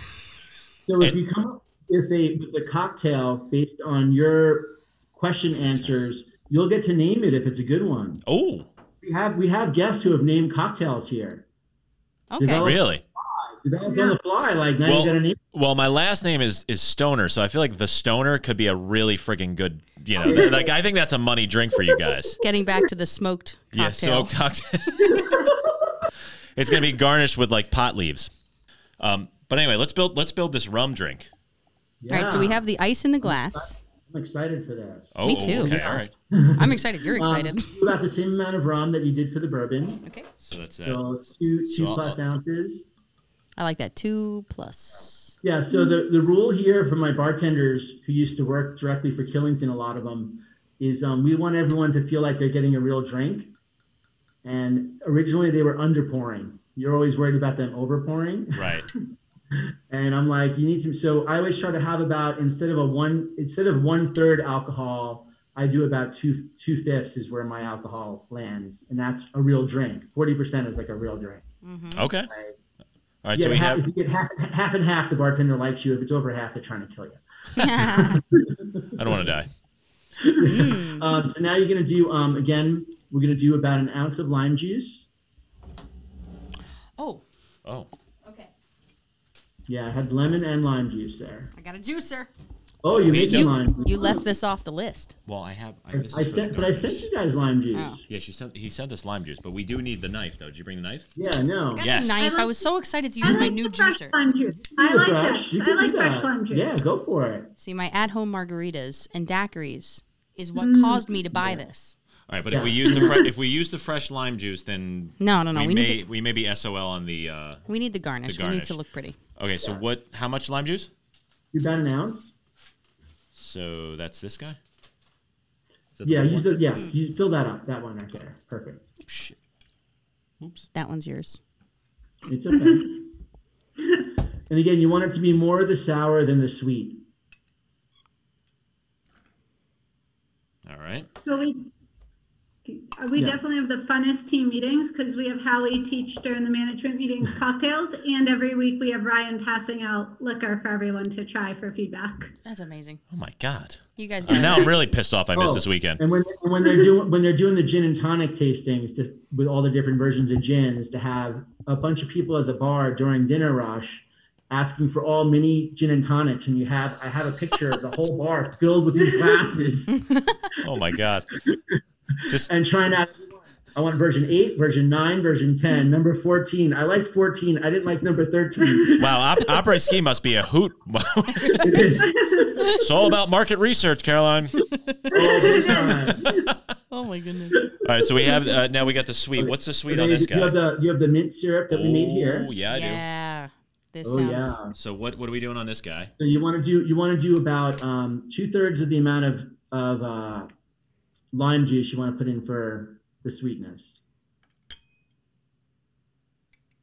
S4: So if
S2: And-
S4: you come up with a with a cocktail based on your question answers, you'll get to name it if it's a good one.
S2: Oh,
S4: We have we have guests who have named cocktails here.
S3: okay.
S4: Develop-
S2: really?
S4: Developed on the fly, like now
S2: Well-
S4: you got a name.
S2: Well, my last name is is Stoner, so I feel like the Stoner could be a really freaking good. You know, it's like I think that's a money drink for you guys.
S3: Getting back to the smoked cocktail.
S2: Yeah, smoked cocktail. it's gonna be garnished with like pot leaves. Um, but anyway, let's build let's build this rum drink.
S4: Yeah.
S3: All right. So we have the ice in the glass.
S4: I'm excited for this.
S2: Oh,
S3: Me too.
S2: Okay, all right.
S3: I'm excited. You're
S4: Um,
S3: excited.
S4: so about the same amount of rum that you did for the bourbon.
S3: Okay.
S2: So that's that.
S4: So two two
S2: So I'll-
S4: plus ounces.
S3: I like that. Two plus.
S4: Yeah, so the, the rule here for my bartenders who used to work directly for Killington, a lot of them, is um, we want everyone to feel like they're getting a real drink. And originally they were underpouring. You're always worried about them overpouring.
S2: right.
S3: Mm-hmm.
S4: And I'm like, you need to. So I always try to have about instead of a one instead of one third alcohol, I do about two two fifths is where my alcohol lands, and that's a real drink. Forty percent is like a real drink.
S2: Okay. All right.
S4: yeah,
S2: so we
S4: half,
S2: have.
S4: if you get half half and half, the bartender likes you. If it's over half, they're trying to kill you.
S2: I don't want to die.
S1: Mm-hmm.
S4: Um, so now you're gonna do um, again. We're gonna do about an ounce of lime juice.
S3: oh.
S2: Oh,
S3: Okay.
S4: Yeah, I had lemon and lime juice there.
S3: I got a juicer.
S4: Oh, you made
S2: Wait,
S4: the lime.
S3: You left this off the list.
S2: well, I have. I,
S4: juice. I sent, but I sent you guys
S1: Oh.
S4: lime juice.
S2: Yeah, she sent. He sent us lime juice, but we do need the knife though. Did you bring the knife?
S4: Yeah, no.
S3: Got a
S2: Yes.
S3: Knife.
S1: I like-
S3: I was so excited to use my
S1: like
S3: new
S1: the fresh
S3: juicer.
S1: lime juice. I like
S4: fresh.
S1: fresh.
S4: You
S1: I
S4: can do
S1: like fresh
S4: that.
S1: lime juice.
S4: Yeah, go for it.
S3: See, my at-home margaritas and daiquiris is what caused me to buy this.
S2: All right, but if we use the fre- if we use the fresh lime juice, then
S3: No, no, no.
S2: we,
S3: We,
S2: may
S3: need
S2: we may be sol on the. Uh,
S3: the, we need the garnish. We need
S2: garnish.
S3: to look pretty.
S2: okay, so what? How much lime juice?
S4: You got an ounce?
S2: So that's this guy. Is that the
S4: Yeah,
S2: right
S4: use
S2: one? Oh,
S4: the yeah. so You fill that up. That one right there. Perfect.
S2: Oops.
S3: That one's yours.
S4: It's okay. and again, you want it to be more of the sour than the sweet.
S2: All right.
S1: So we we
S4: Yeah.
S1: definitely have the funnest team meetings because we have Howie teach during the management meetings cocktails, and every week we have Ryan passing out liquor for everyone to try for feedback.
S3: That's amazing.
S2: Oh my god.
S3: You guys.
S2: I mean, now
S3: gotta-
S2: I'm really pissed off. I missed
S4: Oh,
S2: this weekend.
S4: And when when they're doing when they're doing the gin and tonic tastings to, with all the different versions of gins, to have a bunch of people at the bar during dinner rush asking for all mini gin and tonics, and you have I have a picture of the whole bar filled with these glasses
S2: Oh my god. Just
S4: and trying out. I want version eight, version nine, version ten, number fourteen. I liked fourteen. I didn't like number thirteen.
S2: wow. Op- Opera ski must be a hoot.
S4: It is
S2: it's all about market research, Caroline.
S4: all the Oh, time.
S3: Oh my goodness.
S2: All right, so we have uh, now we got the sweet. What's the sweet
S4: But
S2: on
S4: then
S2: this
S4: You
S2: guy?
S4: have the you have the mint syrup that we made here.
S2: Oh yeah, I do.
S3: yeah. This
S4: Oh
S3: sounds
S4: yeah.
S2: So what what are we doing on this guy?
S4: So you want to do you want to do about um, two thirds of the amount of of uh, lime juice you want to put in for the sweetness.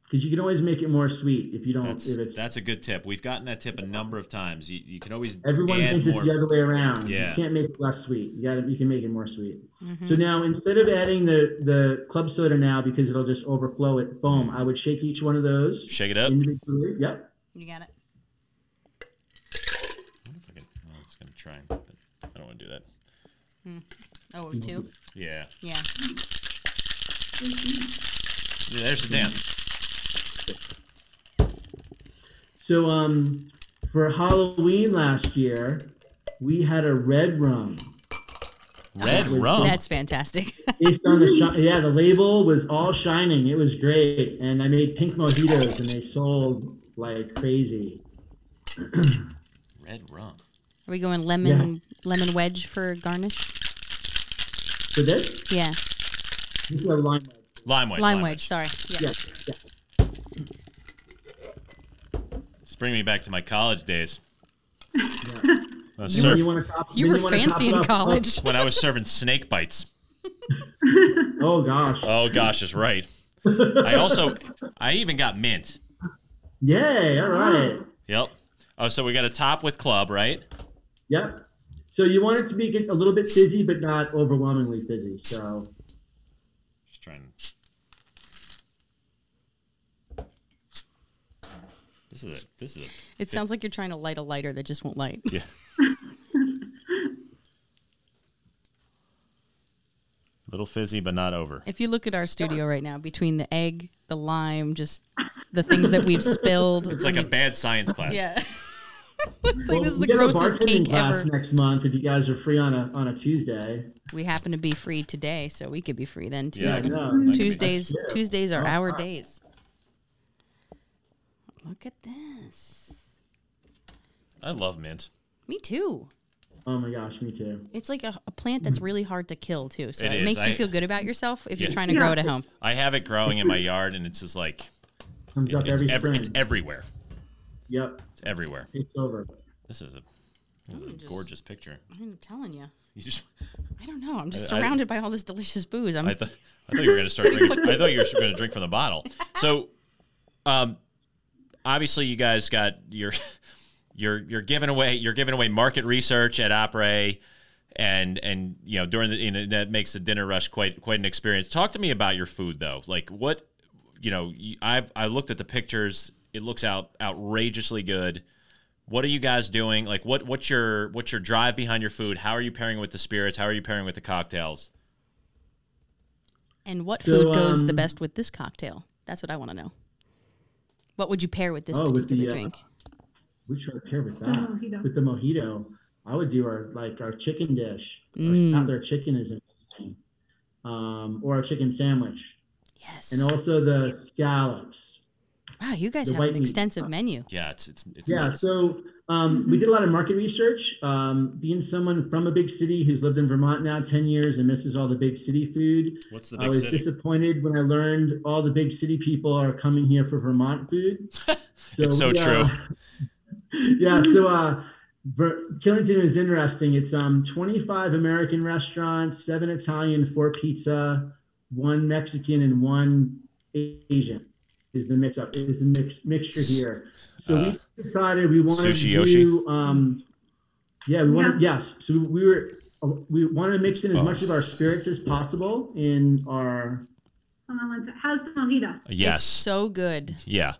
S4: Because you can always make it more sweet if you don't.
S2: That's
S4: if it's
S2: that's a good tip. We've gotten that tip a number of times. You, you can always
S4: everyone
S2: add
S4: thinks
S2: more.
S4: it's the other way around.
S2: Yeah.
S4: You can't make it less sweet. You got to you can make it more sweet.
S3: mhm.
S4: So now instead of adding the the club soda now because it'll just overflow it foam, I would shake each one of those
S2: Shake it up.
S4: individually. Yep.
S3: you got it.
S2: I wonder if I can- oh, I'm just gonna try. and- but I don't want to do that.
S3: Oh, two.
S2: Yeah.
S3: Yeah.
S2: Yeah, There's the dance.
S4: So um, for Halloween last year, we had a red rum.
S2: Red rum.
S3: That's fantastic.
S4: It's on the shi- yeah, the label was all shining. It was great, and I made pink mojitos, and they sold like crazy.
S2: Red rum.
S3: Are we going lemon lemon wedge for garnish?
S4: For this,
S3: Yeah.
S4: this is a lime. wedge.
S2: Lime wedge.
S3: Lime wedge, sorry. Yeah.
S4: Yeah, yeah.
S2: It's bringing me back to my college days. When I was
S4: You, want-
S2: surf-
S4: you want to top,
S3: You
S4: then
S3: were
S4: wanna top
S3: fancy
S4: it Oh,
S3: in
S4: off-
S3: college.
S2: when I was serving snake bites.
S4: Oh gosh,
S2: Oh gosh, is right. I also I even got mint.
S4: yay! All right.
S2: Yep. Oh, so we got a top with club, right?
S4: Yep. So you want it to be get a little bit fizzy, but not overwhelmingly fizzy. So
S2: Just trying. This is a this is a
S3: It sounds like you're trying to light a lighter that just won't light.
S2: yeah. Little fizzy, but not over.
S3: If you look at our studio right now, between the egg, the lime, just the things that we've spilled.
S2: It's like a bad science class.
S3: Yeah. Looks like
S4: Well,
S3: this is the
S4: we have a
S3: grossest
S4: bartending
S3: cake
S4: class
S3: ever.
S4: next month if you guys are free on a on a Tuesday.
S3: We happen to be free today, so we could be free then too.
S2: Yeah, I
S4: I
S2: can-
S4: know.
S2: I can be-
S3: Tuesdays
S4: Yeah.
S3: Tuesdays are
S4: Oh,
S3: our
S4: wow.
S3: days. Look at this.
S2: I love mint.
S3: Me too.
S4: Oh my gosh, me too.
S3: It's like a, a plant that's really hard to kill too. So
S2: It
S3: it,
S2: is.
S3: makes
S2: I-
S3: you feel good about yourself if
S2: Yeah.
S3: you're trying to grow it at home.
S2: I have it growing in my yard, and it's just like
S4: Comes up
S2: it's,
S4: every
S2: ev-
S4: spring.
S2: it's everywhere.
S4: yep,
S2: It's everywhere.
S4: it's over.
S2: This is a, this is a
S3: just-
S2: gorgeous picture.
S3: I'm telling you.
S2: You just
S3: I don't know. I'm just
S2: I- I-
S3: surrounded by all this delicious booze. I'm
S2: I thought I thought you were going to start drinking. I thought you were going to drink from the bottle. So, um, obviously, you guys got your you're you're giving away you're giving away market research at Opera, and and you know during the you know, that makes the dinner rush quite quite an experience. Talk to me about your food though. Like what you know, you- I've I looked at the pictures. It looks out outrageously good. What are you guys doing? Like what what's your what's your drive behind your food? How are you pairing with the spirits? How are you pairing with the cocktails?
S3: and what
S4: So,
S3: food goes the
S4: um,
S3: best with this cocktail? That's what I want to know. What would you pair with this
S4: Oh, with
S3: particular
S4: the, uh,
S3: drink?
S4: We should pair with
S1: The
S4: that.
S1: mojito.
S4: With the mojito, I would do our like our chicken dish.
S3: Mm.
S4: Our, not their chicken is amazing. Um, or a chicken sandwich,
S3: Yes.
S4: and also the scallops.
S3: wow, you guys
S4: the
S3: have
S4: white
S3: an
S4: meat.
S3: extensive menu.
S2: Yeah, it's it's it's
S4: Yeah,
S2: nuts.
S4: so um, we did a lot of market research. Um, being someone from a big city who's lived in Vermont now 10 years and misses all the big city food,
S2: What's the
S4: I
S2: big
S4: was
S2: city?
S4: disappointed when I learned all the big city people are coming here for Vermont food. So
S2: It's so
S4: we, uh, yeah, so uh, Ver- Killington is interesting. It's um 25 American restaurants, seven Italian, four pizza, one Mexican, and one Asian is the mix up is the mix mixture here. So
S2: Uh,
S4: we decided we wanted
S2: Sushi
S4: to
S2: Yoshi?
S4: do um yeah we wanted yes so we were uh, we wanted to mix in
S2: Oh.
S4: as much of our spirits as possible in our
S1: Hold on one sec. How's the mojito?
S2: yes.
S3: It's so good.
S2: yeah.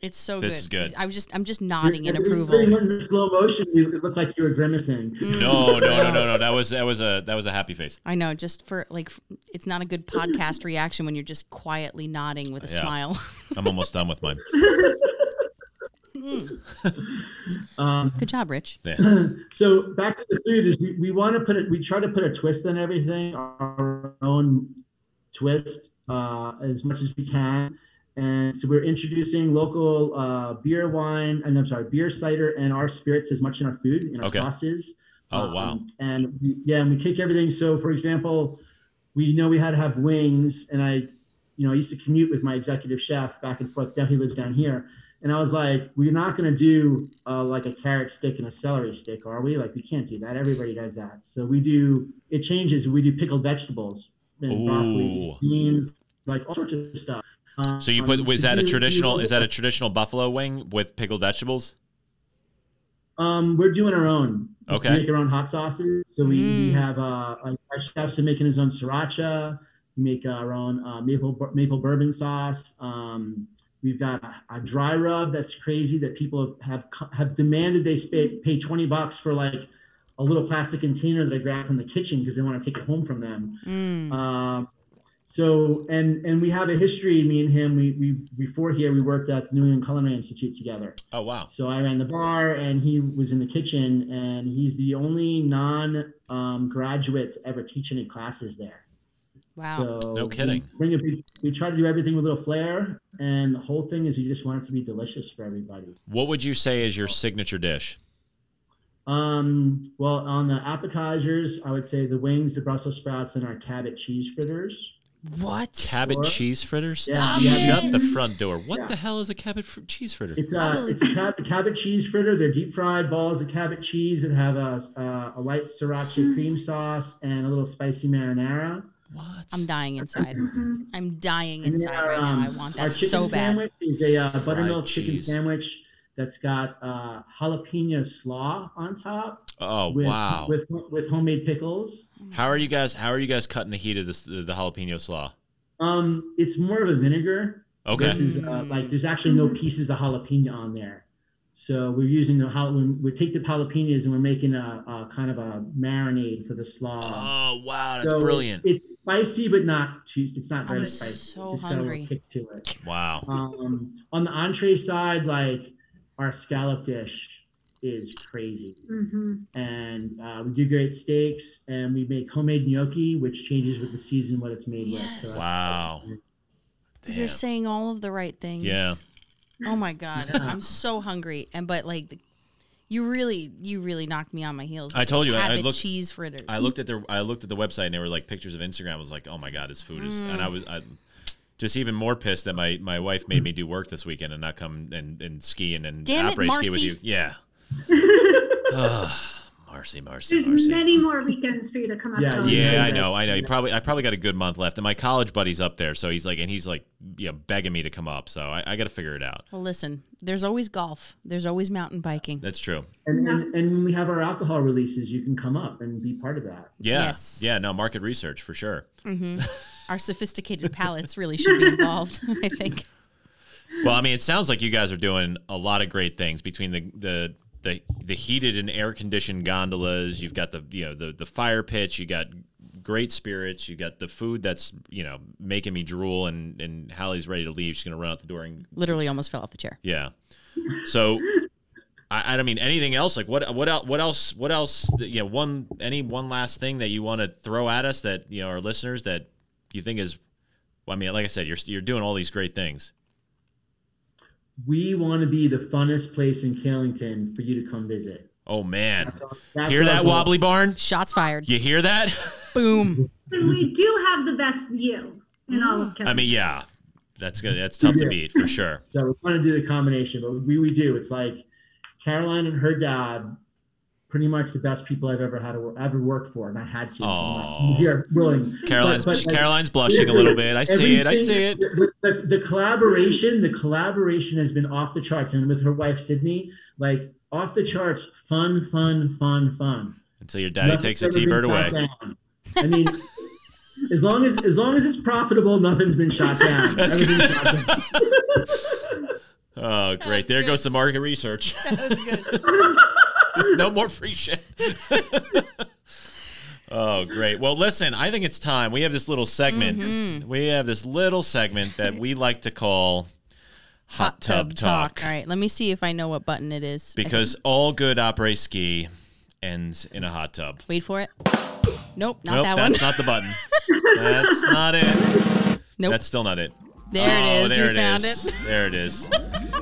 S3: It's so
S2: This is
S3: good.
S2: good.
S3: I was just I'm just nodding in
S4: Everything- everything
S3: approval. Mm-hmm.
S4: went in slow motion. You- It looked like you were grimacing.
S2: No, no, no, no, no. That was that was a that was a happy face.
S3: I know, just for like f- it's not a good podcast reaction when you're just quietly nodding with a
S2: Yeah.
S3: smile.
S2: I'm almost done with mine.
S4: Um,
S3: good job, Rich.
S2: Yeah.
S4: so back to the food is we, we want to put it. We try to put a twist on everything, our own twist uh, as much as we can. And so we're introducing local uh, beer, wine, and I'm sorry, beer, cider, and our spirits as much in our food, in our
S2: Okay.
S4: sauces.
S2: Oh, wow.
S4: and we- yeah, and we take everything. So, for example, we know we had to have wings, and I, you know, I used to commute with my executive chef back and forth. Now he lives down here, and I was like, we're not going to do uh, like a carrot stick and a celery stick, are we? Like, we can't do that. Everybody does that. So we do. It changes. We do pickled vegetables and broccoli,
S2: Ooh.
S4: beans, like all sorts of stuff. Um,
S2: So you put was that a traditional? Is that a traditional buffalo wing with pickled vegetables?
S4: Um, we're doing our own.
S2: Okay.
S4: We make our own hot sauces. So we, we
S3: Mm.
S4: have uh, like our chefs are making his own sriracha. We make our own uh, maple bur- maple bourbon sauce. Um, we've got a, a dry rub that's crazy that people have co- have demanded they pay, pay twenty bucks for like a little plastic container that I grabbed from the kitchen because they want to take it home from them.
S3: Mm.
S4: Um, so and and we have a history. Me and him. We we before here we worked at the New England Culinary Institute together.
S2: Oh wow.
S4: So I ran the bar, and he was in the kitchen, and he's the only non-graduate to ever teach any classes there.
S3: wow.
S4: So
S2: No
S4: we
S2: kidding.
S4: Bring a big, we try to do everything with a little flair, and the whole thing is you just want it to be delicious for everybody.
S2: What would you say is your signature dish?
S4: Um, well, on the appetizers, I would say the wings, the Brussels sprouts, and our Cabot cheese fritters.
S3: what?
S2: Cabbage
S4: Sure.
S2: cheese fritters.
S4: Yeah,
S1: Stop
S4: yeah,
S2: Shut the front door. What
S4: Yeah.
S2: the hell is a cabbage fr- cheese fritter?
S4: It's a it's a cab- Cabot cheese fritter. They're deep fried balls of Cabot cheese that have a uh, a light sriracha cream sauce and a little spicy marinara.
S2: what?
S3: I'm dying inside.
S1: Mm-hmm,
S3: I'm dying
S4: And then
S3: inside
S4: our,
S3: right now.
S4: um,
S3: I want
S4: our
S3: that
S4: chicken
S3: so bad.
S4: sandwich is a uh, buttermilk chicken
S2: cheese.
S4: sandwich that's got uh, jalapeno slaw on top
S2: oh
S4: with,
S2: wow.
S4: with with homemade pickles.
S2: how are you guys? How are you guys cutting the heat of this the, the jalapeno slaw?
S4: Um, it's more of a vinegar
S2: Okay.
S4: versus uh,
S3: Mm.
S4: like there's actually no pieces of jalapeno on there. So we're using the jal- we- we take the jalapenos and we're making a, a kind of a marinade for the slaw.
S2: Oh wow, that's
S4: So
S2: brilliant.
S4: It's spicy, but not too. It's not
S3: I'm
S4: very spicy.
S3: so
S4: it's just got a
S3: hungry.
S4: little kick to it.
S2: wow.
S4: Um, on the entree side, like our scallop dish is crazy,
S1: hmm
S4: and uh, we do great steaks, and we make homemade gnocchi, which changes with the season what it's made with.
S3: Yes.
S4: So
S2: Wow.
S3: You're
S2: Damn.
S3: saying all of the right things.
S2: Yeah.
S3: Oh my god, I'm so hungry, and but like, the- you really, you really knocked me on my heels.
S2: I told you, I- I
S3: Cabot
S2: looked-
S3: cheese fritters.
S2: I looked at their I looked at the website and they were like pictures of Instagram. I was like, oh my god, this food is.
S3: Mm.
S2: And I was I, just even more pissed that my my wife made me do work this weekend and not come and and ski and and
S3: Damn it,
S2: après ski with
S3: Marcy.
S2: you. Yeah. Ugh, Marcy, Marcy,
S1: There's
S2: Marcy.
S1: many more weekends for you to come up.
S4: Yeah,
S1: to.
S2: Yeah, I know, I know. You probably, I probably got a good month left, and my college buddy's up there, so he's like, and he's like, you know, begging me to come up, so I, I got to figure it out.
S3: well, listen, there's always golf. There's always mountain biking.
S2: That's true.
S4: And, and and we have our alcohol releases. You can come up and be part of that.
S2: Yeah,
S3: Yes.
S2: yeah. No market research for sure.
S3: Mm-hmm. Our sophisticated palates really should be involved. I think.
S2: Well, I mean, it sounds like you guys are doing a lot of great things between the the the, the heated and air conditioned gondolas. You've got the you know the the fire pits. You got great spirits. You got the food that's you know making me drool. And and Hallie's ready to leave. She's gonna run out the door and
S3: Literally, almost fell off the chair.
S2: yeah. So. I, I don't mean anything else. Like what? What else? What else? What else? that, You know, one any one last thing that you want to throw at us that you know our listeners that you think is. Well, I mean, like I said, you're you're doing all these great things.
S4: We want to be the funnest place in Killington for you to come visit.
S2: Oh man,
S4: That's our- that's
S2: hear
S4: our
S2: that
S4: goal.
S2: wobbly barn?
S3: Shots fired.
S2: You hear that?
S3: Boom.
S1: And we do have the best view in all of Kevin.
S2: I mean, yeah, that's good. That's tough to
S4: Yeah.
S2: beat for sure.
S4: So we want to do the combination, but we, we do. It's like Caroline and her dad, pretty much the best people I've ever had to, wor- ever worked for, and I had to. So I'm
S2: Aw.
S4: like, we are willing.
S2: Caroline's
S4: But- but, like,
S2: Caroline's blushing a little bit. I see it. I
S4: everything-
S2: see it.
S4: The, the- the collaboration, the collaboration has been off the charts, and with her wife Sydney, like off the charts, fun, fun, fun, fun.
S2: Until your daddy
S4: Nothing's
S2: takes a
S4: ever been
S2: T-bird
S4: shot
S2: away.
S4: down. I mean, as long as as long as it's profitable, nothing's been shot down.
S2: That's good.
S4: Everything's shot down.
S2: Oh, great! There goes the market research.
S3: That was good.
S2: no more free shit. oh, great. Well, listen, I think it's time. We have this little segment. We have this little segment that we like to call Hot, Tub, Talk.
S3: All right, let me see if I know what button it is. I think-
S2: Because all good après ski ends in a hot tub.
S3: wait for it. Nope, not
S2: nope,
S3: that
S2: that's
S3: one.
S2: not the button. that's not it.
S3: Nope.
S2: That's still not it.
S3: there it
S2: oh,
S3: is.
S2: There
S3: we found
S2: is.
S3: it.
S2: There it is.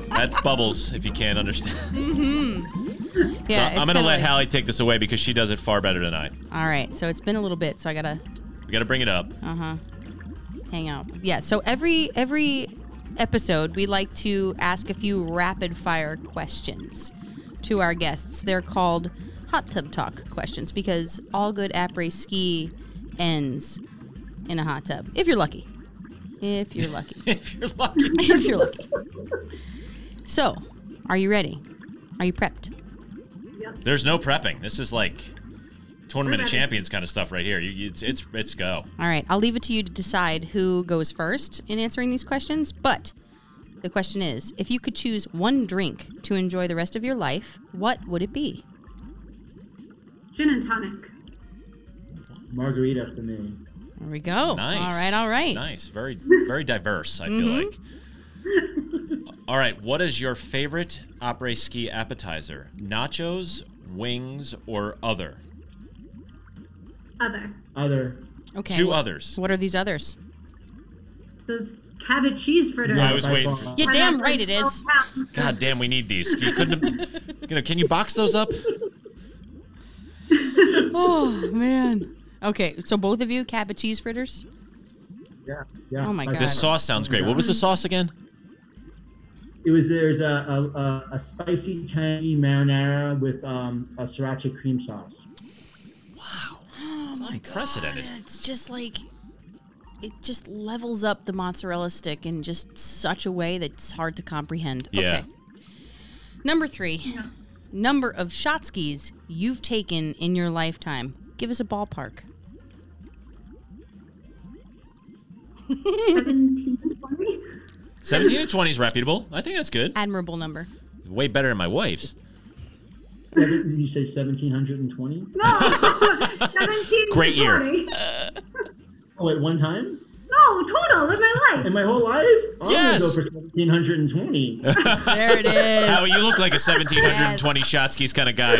S2: That's bubbles. If you can't understand.
S3: Yeah,
S2: so I'm
S3: going to
S2: let Hallie take this away because she does it far better than I.
S3: All right, so it's been a little bit, so I gotta
S2: We got to bring it up.
S3: Oh. hang out. Yeah, so every every episode we like to ask a few rapid fire questions to our guests. They're called hot tub talk questions because all good après ski ends in a hot tub if you're lucky. If you're lucky.
S2: if you're lucky.
S3: if you're lucky. So, are you ready? Are you prepped?
S2: There's no prepping. This is like tournament of
S1: ready.
S2: champions kind of stuff right here. You, you, it's, it's it's go.
S3: All right, I'll leave it to you to decide who goes first in answering these questions. But the question is if you could choose one drink to enjoy the rest of your life, what would it be?
S1: Gin and tonic.
S4: Margarita for me.
S3: There we go.
S2: Nice.
S3: Oh, All right, all right. Mm-hmm.
S2: Nice. Very very diverse. I feel like. All right. What is your favorite après ski appetizer? Nachos, wings, or other?
S1: Other.
S4: Other.
S3: Okay.
S2: Two
S3: wh-
S2: others.
S3: What are these others?
S1: Those cabbage cheese fritters.
S2: I was
S4: by
S2: waiting.
S4: far.
S3: You're
S1: They're
S3: damn
S1: like
S3: right it is.
S1: 12 pounds.
S2: God damn, we need these. You couldn't. Have, you know, can you box those up?
S3: Oh, man. Okay, so both of you, cabbage cheese fritters?
S4: Yeah. yeah.
S3: Oh my
S4: Like
S3: God.
S2: The sauce sounds great. What was the sauce again?
S4: It was there's a a, a, a spicy tangy marinara with um, a sriracha cream sauce.
S2: It's unprecedented.
S3: It's just like it just levels up the mozzarella stick in just such a way that's hard to comprehend.
S2: Yeah.
S3: Okay. Number three, number of shot skis you've taken in your lifetime. Give us a ballpark.
S1: 17, 20.
S2: 17 and 20 is reputable. I think that's good.
S3: Admirable number.
S2: Way better than my wife's.
S4: Seven, did you say 1720?
S1: No, 17 to
S2: Great year.
S1: 20.
S4: Oh, at one time?
S1: No, total in my life.
S4: In my whole life? I'm
S2: Yes.
S4: gonna go for 1720.
S3: There it is.
S2: Oh, you look like a 1720
S3: Yes.
S2: Shotskis kind of guy.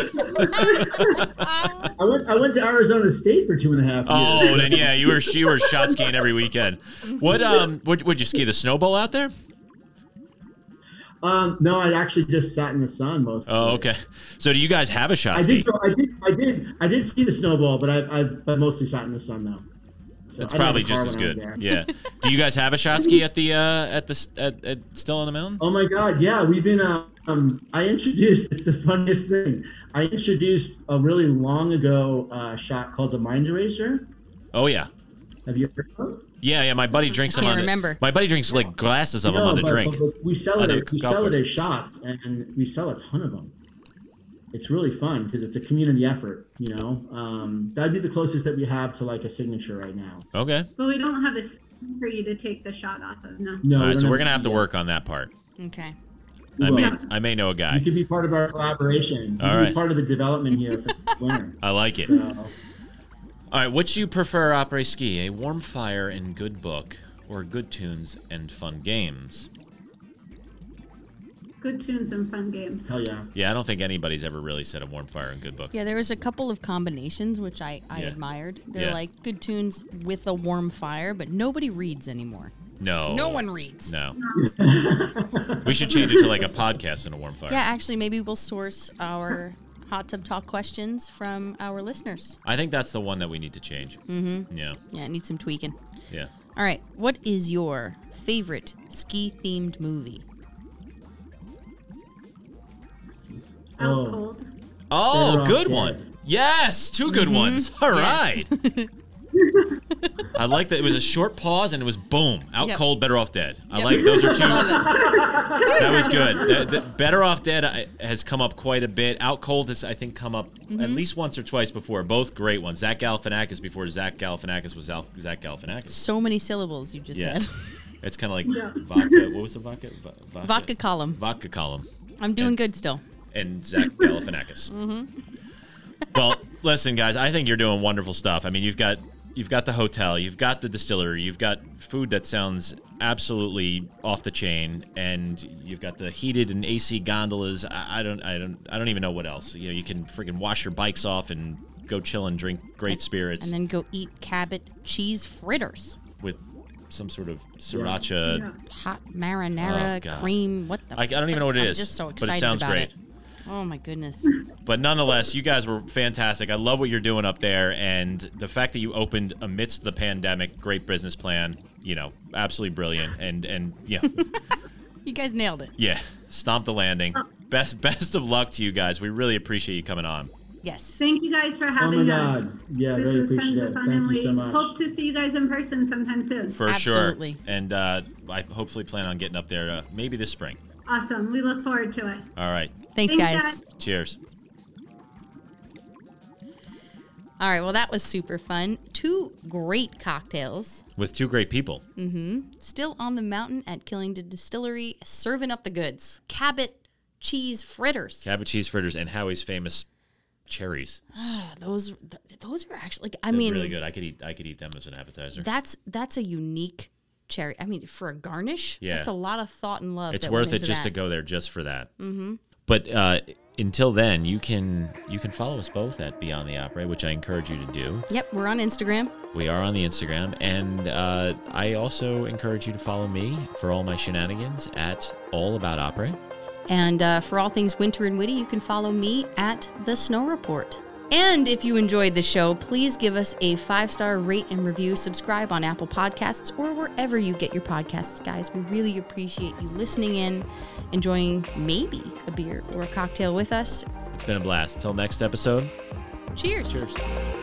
S4: I went I went to Arizona State for two and a half years.
S2: Oh, then yeah, you were she were shot skiing every weekend. What um would would you ski the snowball out there?
S4: Um, no, I actually just sat in the sun most. of the
S2: Oh,
S4: time.
S2: okay. So do you guys have a shot
S4: I
S2: ski?
S4: did, go, I did, I did, I did see the snowball, but I've, I've but mostly sat in the sun now. So
S2: That's
S4: I didn't have a
S2: probably
S4: car
S2: just as
S4: when I was
S2: good.
S4: there.
S2: Yeah. Do you guys have a shot ski at the uh at the s- at, at still on the mountain?
S4: Oh my God! Yeah, we've been. uh, Um, I introduced. It's the funniest thing. I introduced a really long ago uh, shot called the Mind Eraser.
S2: Oh yeah.
S4: Have you heard of it?
S2: Yeah, yeah. My buddy drinks them
S3: Can't
S2: on. the-
S3: remember.
S2: my buddy drinks like glasses of them on the
S4: but-
S2: drink.
S4: but- but we sell
S2: On
S4: it.
S2: the
S4: we
S2: golf
S4: sell it
S2: course.
S4: as shots, and we sell a ton of them. It's really fun because it's a community effort. You know, um, that'd be the closest that we have to like a signature right now.
S2: Okay.
S1: But we don't have a scene for you to take the shot off of. No.
S4: No,
S2: All
S4: we
S2: right.
S4: don't
S2: So we're gonna have to
S4: signature.
S2: work on that part.
S3: okay.
S2: I may
S1: will.
S2: I may know a
S4: You
S2: guy.
S4: could be part of our collaboration. You
S2: All
S4: could
S2: right.
S4: be part of the development here for the winter.
S2: I like it.
S4: So,
S2: All right, what do you prefer après ski? A warm fire and good book, or good tunes and fun games?
S1: Good tunes and fun games.
S4: hell yeah.
S2: Yeah, I don't think anybody's ever really said a warm fire and good book.
S3: Yeah, there was a couple of combinations which I, I
S2: Yeah.
S3: admired. They're
S2: Yeah.
S3: like good tunes with a warm fire, but nobody reads anymore.
S2: No.
S3: No one reads.
S2: No. we should change it to like a podcast and a warm fire.
S3: Yeah, actually, maybe we'll source our hot tub talk questions from our listeners.
S2: I think that's the one that we need to change. Mm-hmm. Yeah.
S3: Yeah, it needs some tweaking.
S2: Yeah.
S3: All right, what is your favorite ski themed movie?
S1: Out
S4: Oh.
S1: cold.
S2: Oh,
S4: Better Off
S2: good
S4: Dead.
S2: one. Yes, two good ones. All right.
S3: Mm-hmm. Yes.
S2: I like that it was a short pause and it was boom, out
S3: Yep.
S2: cold, better off dead. I
S3: Yep.
S2: like those are two.
S3: Love it.
S2: That was good. That- that- Better Off Dead I- has come up quite a bit. Out Cold has, I think, come up
S3: Mm-hmm.
S2: at least once or twice before. Both great ones. Zach Galifianakis before Zach Galifianakis was Al- Zach Galifianakis.
S3: So many syllables you just
S2: Yeah.
S3: said.
S2: It's kind of like
S1: Yeah.
S2: vodka. What was the vodka? Vo- Vodka,
S3: Vodka column.
S2: Vodka column
S3: I'm doing good still.
S2: and Zach Galifianakis. Well, listen, guys. I think you're doing wonderful stuff. I mean, you've got you've got the hotel, you've got the distillery, you've got food that sounds absolutely off the chain, and you've got the heated and AC gondolas. I, I don't, I don't, I don't even know what else. You know, you can freaking wash your bikes off and go chill and drink great spirits
S3: And then go eat Cabot cheese fritters.
S2: with some sort of sriracha.
S1: Yeah.
S3: Hot
S2: Oh,
S3: marinara
S2: God.
S3: cream. What the?
S2: I, I don't even know what it is,
S3: I'm just so
S2: but
S3: excited
S2: it sounds
S3: about
S2: great.
S3: it. Oh my goodness.
S2: But nonetheless, you guys were fantastic. I love what you're doing up there, and the fact that you opened amidst the pandemic, great business plan. You know, absolutely brilliant, and and you know,
S3: You guys nailed it.
S2: yeah, stomp the landing.
S3: Oh.
S2: Best best of luck to you guys. We really appreciate you coming on.
S3: Yes.
S1: Thank you guys for having
S4: Oh my
S1: us.
S4: God. Yeah,
S1: this
S4: really
S1: was tons
S4: appreciate
S1: of
S4: it.
S1: fun,
S4: Thank
S1: and
S4: you
S1: we
S4: so much.
S1: hope to see you guys in person sometime soon.
S2: For
S3: Absolutely.
S2: sure. And uh, I hopefully plan on getting up there uh, maybe this spring.
S1: awesome. We look forward to it.
S2: All right.
S3: Thanks,
S1: Thanks,
S3: guys.
S1: guys.
S2: Cheers.
S3: All right. Well, that was super fun. Two great cocktails.
S2: With two great people.
S3: Still on the mountain at Killington Distillery, serving up the goods. Cabot cheese fritters.
S2: Cabbage cheese fritters and Howie's famous cherries.
S3: Ah, those th- those are actually like I
S2: They're
S3: mean
S2: really good. I could eat I could eat them as an appetizer.
S3: that's that's a unique cherry. I mean for a garnish,
S2: Yeah.
S3: that's a lot of thought and love.
S2: it's
S3: that went
S2: worth it
S3: into
S2: just to
S3: that.
S2: go there just for that. Mm-hmm. But uh, until then, you can you can follow us both at Beyond the Opera, which I encourage you to do.
S3: Yep, we're on Instagram.
S2: We are on the Instagram, and uh, I also encourage you to follow me for all my shenanigans at All About Opera.
S3: And uh, for all things winter and witty, you can follow me at The Snow Report. And if you enjoyed the show, please give us a five star rate and review. Subscribe on Apple Podcasts or wherever you get your podcasts, guys. We really appreciate you listening in, enjoying maybe a beer or a cocktail with us.
S2: It's been a blast. Till next episode.
S3: Cheers.
S2: Cheers.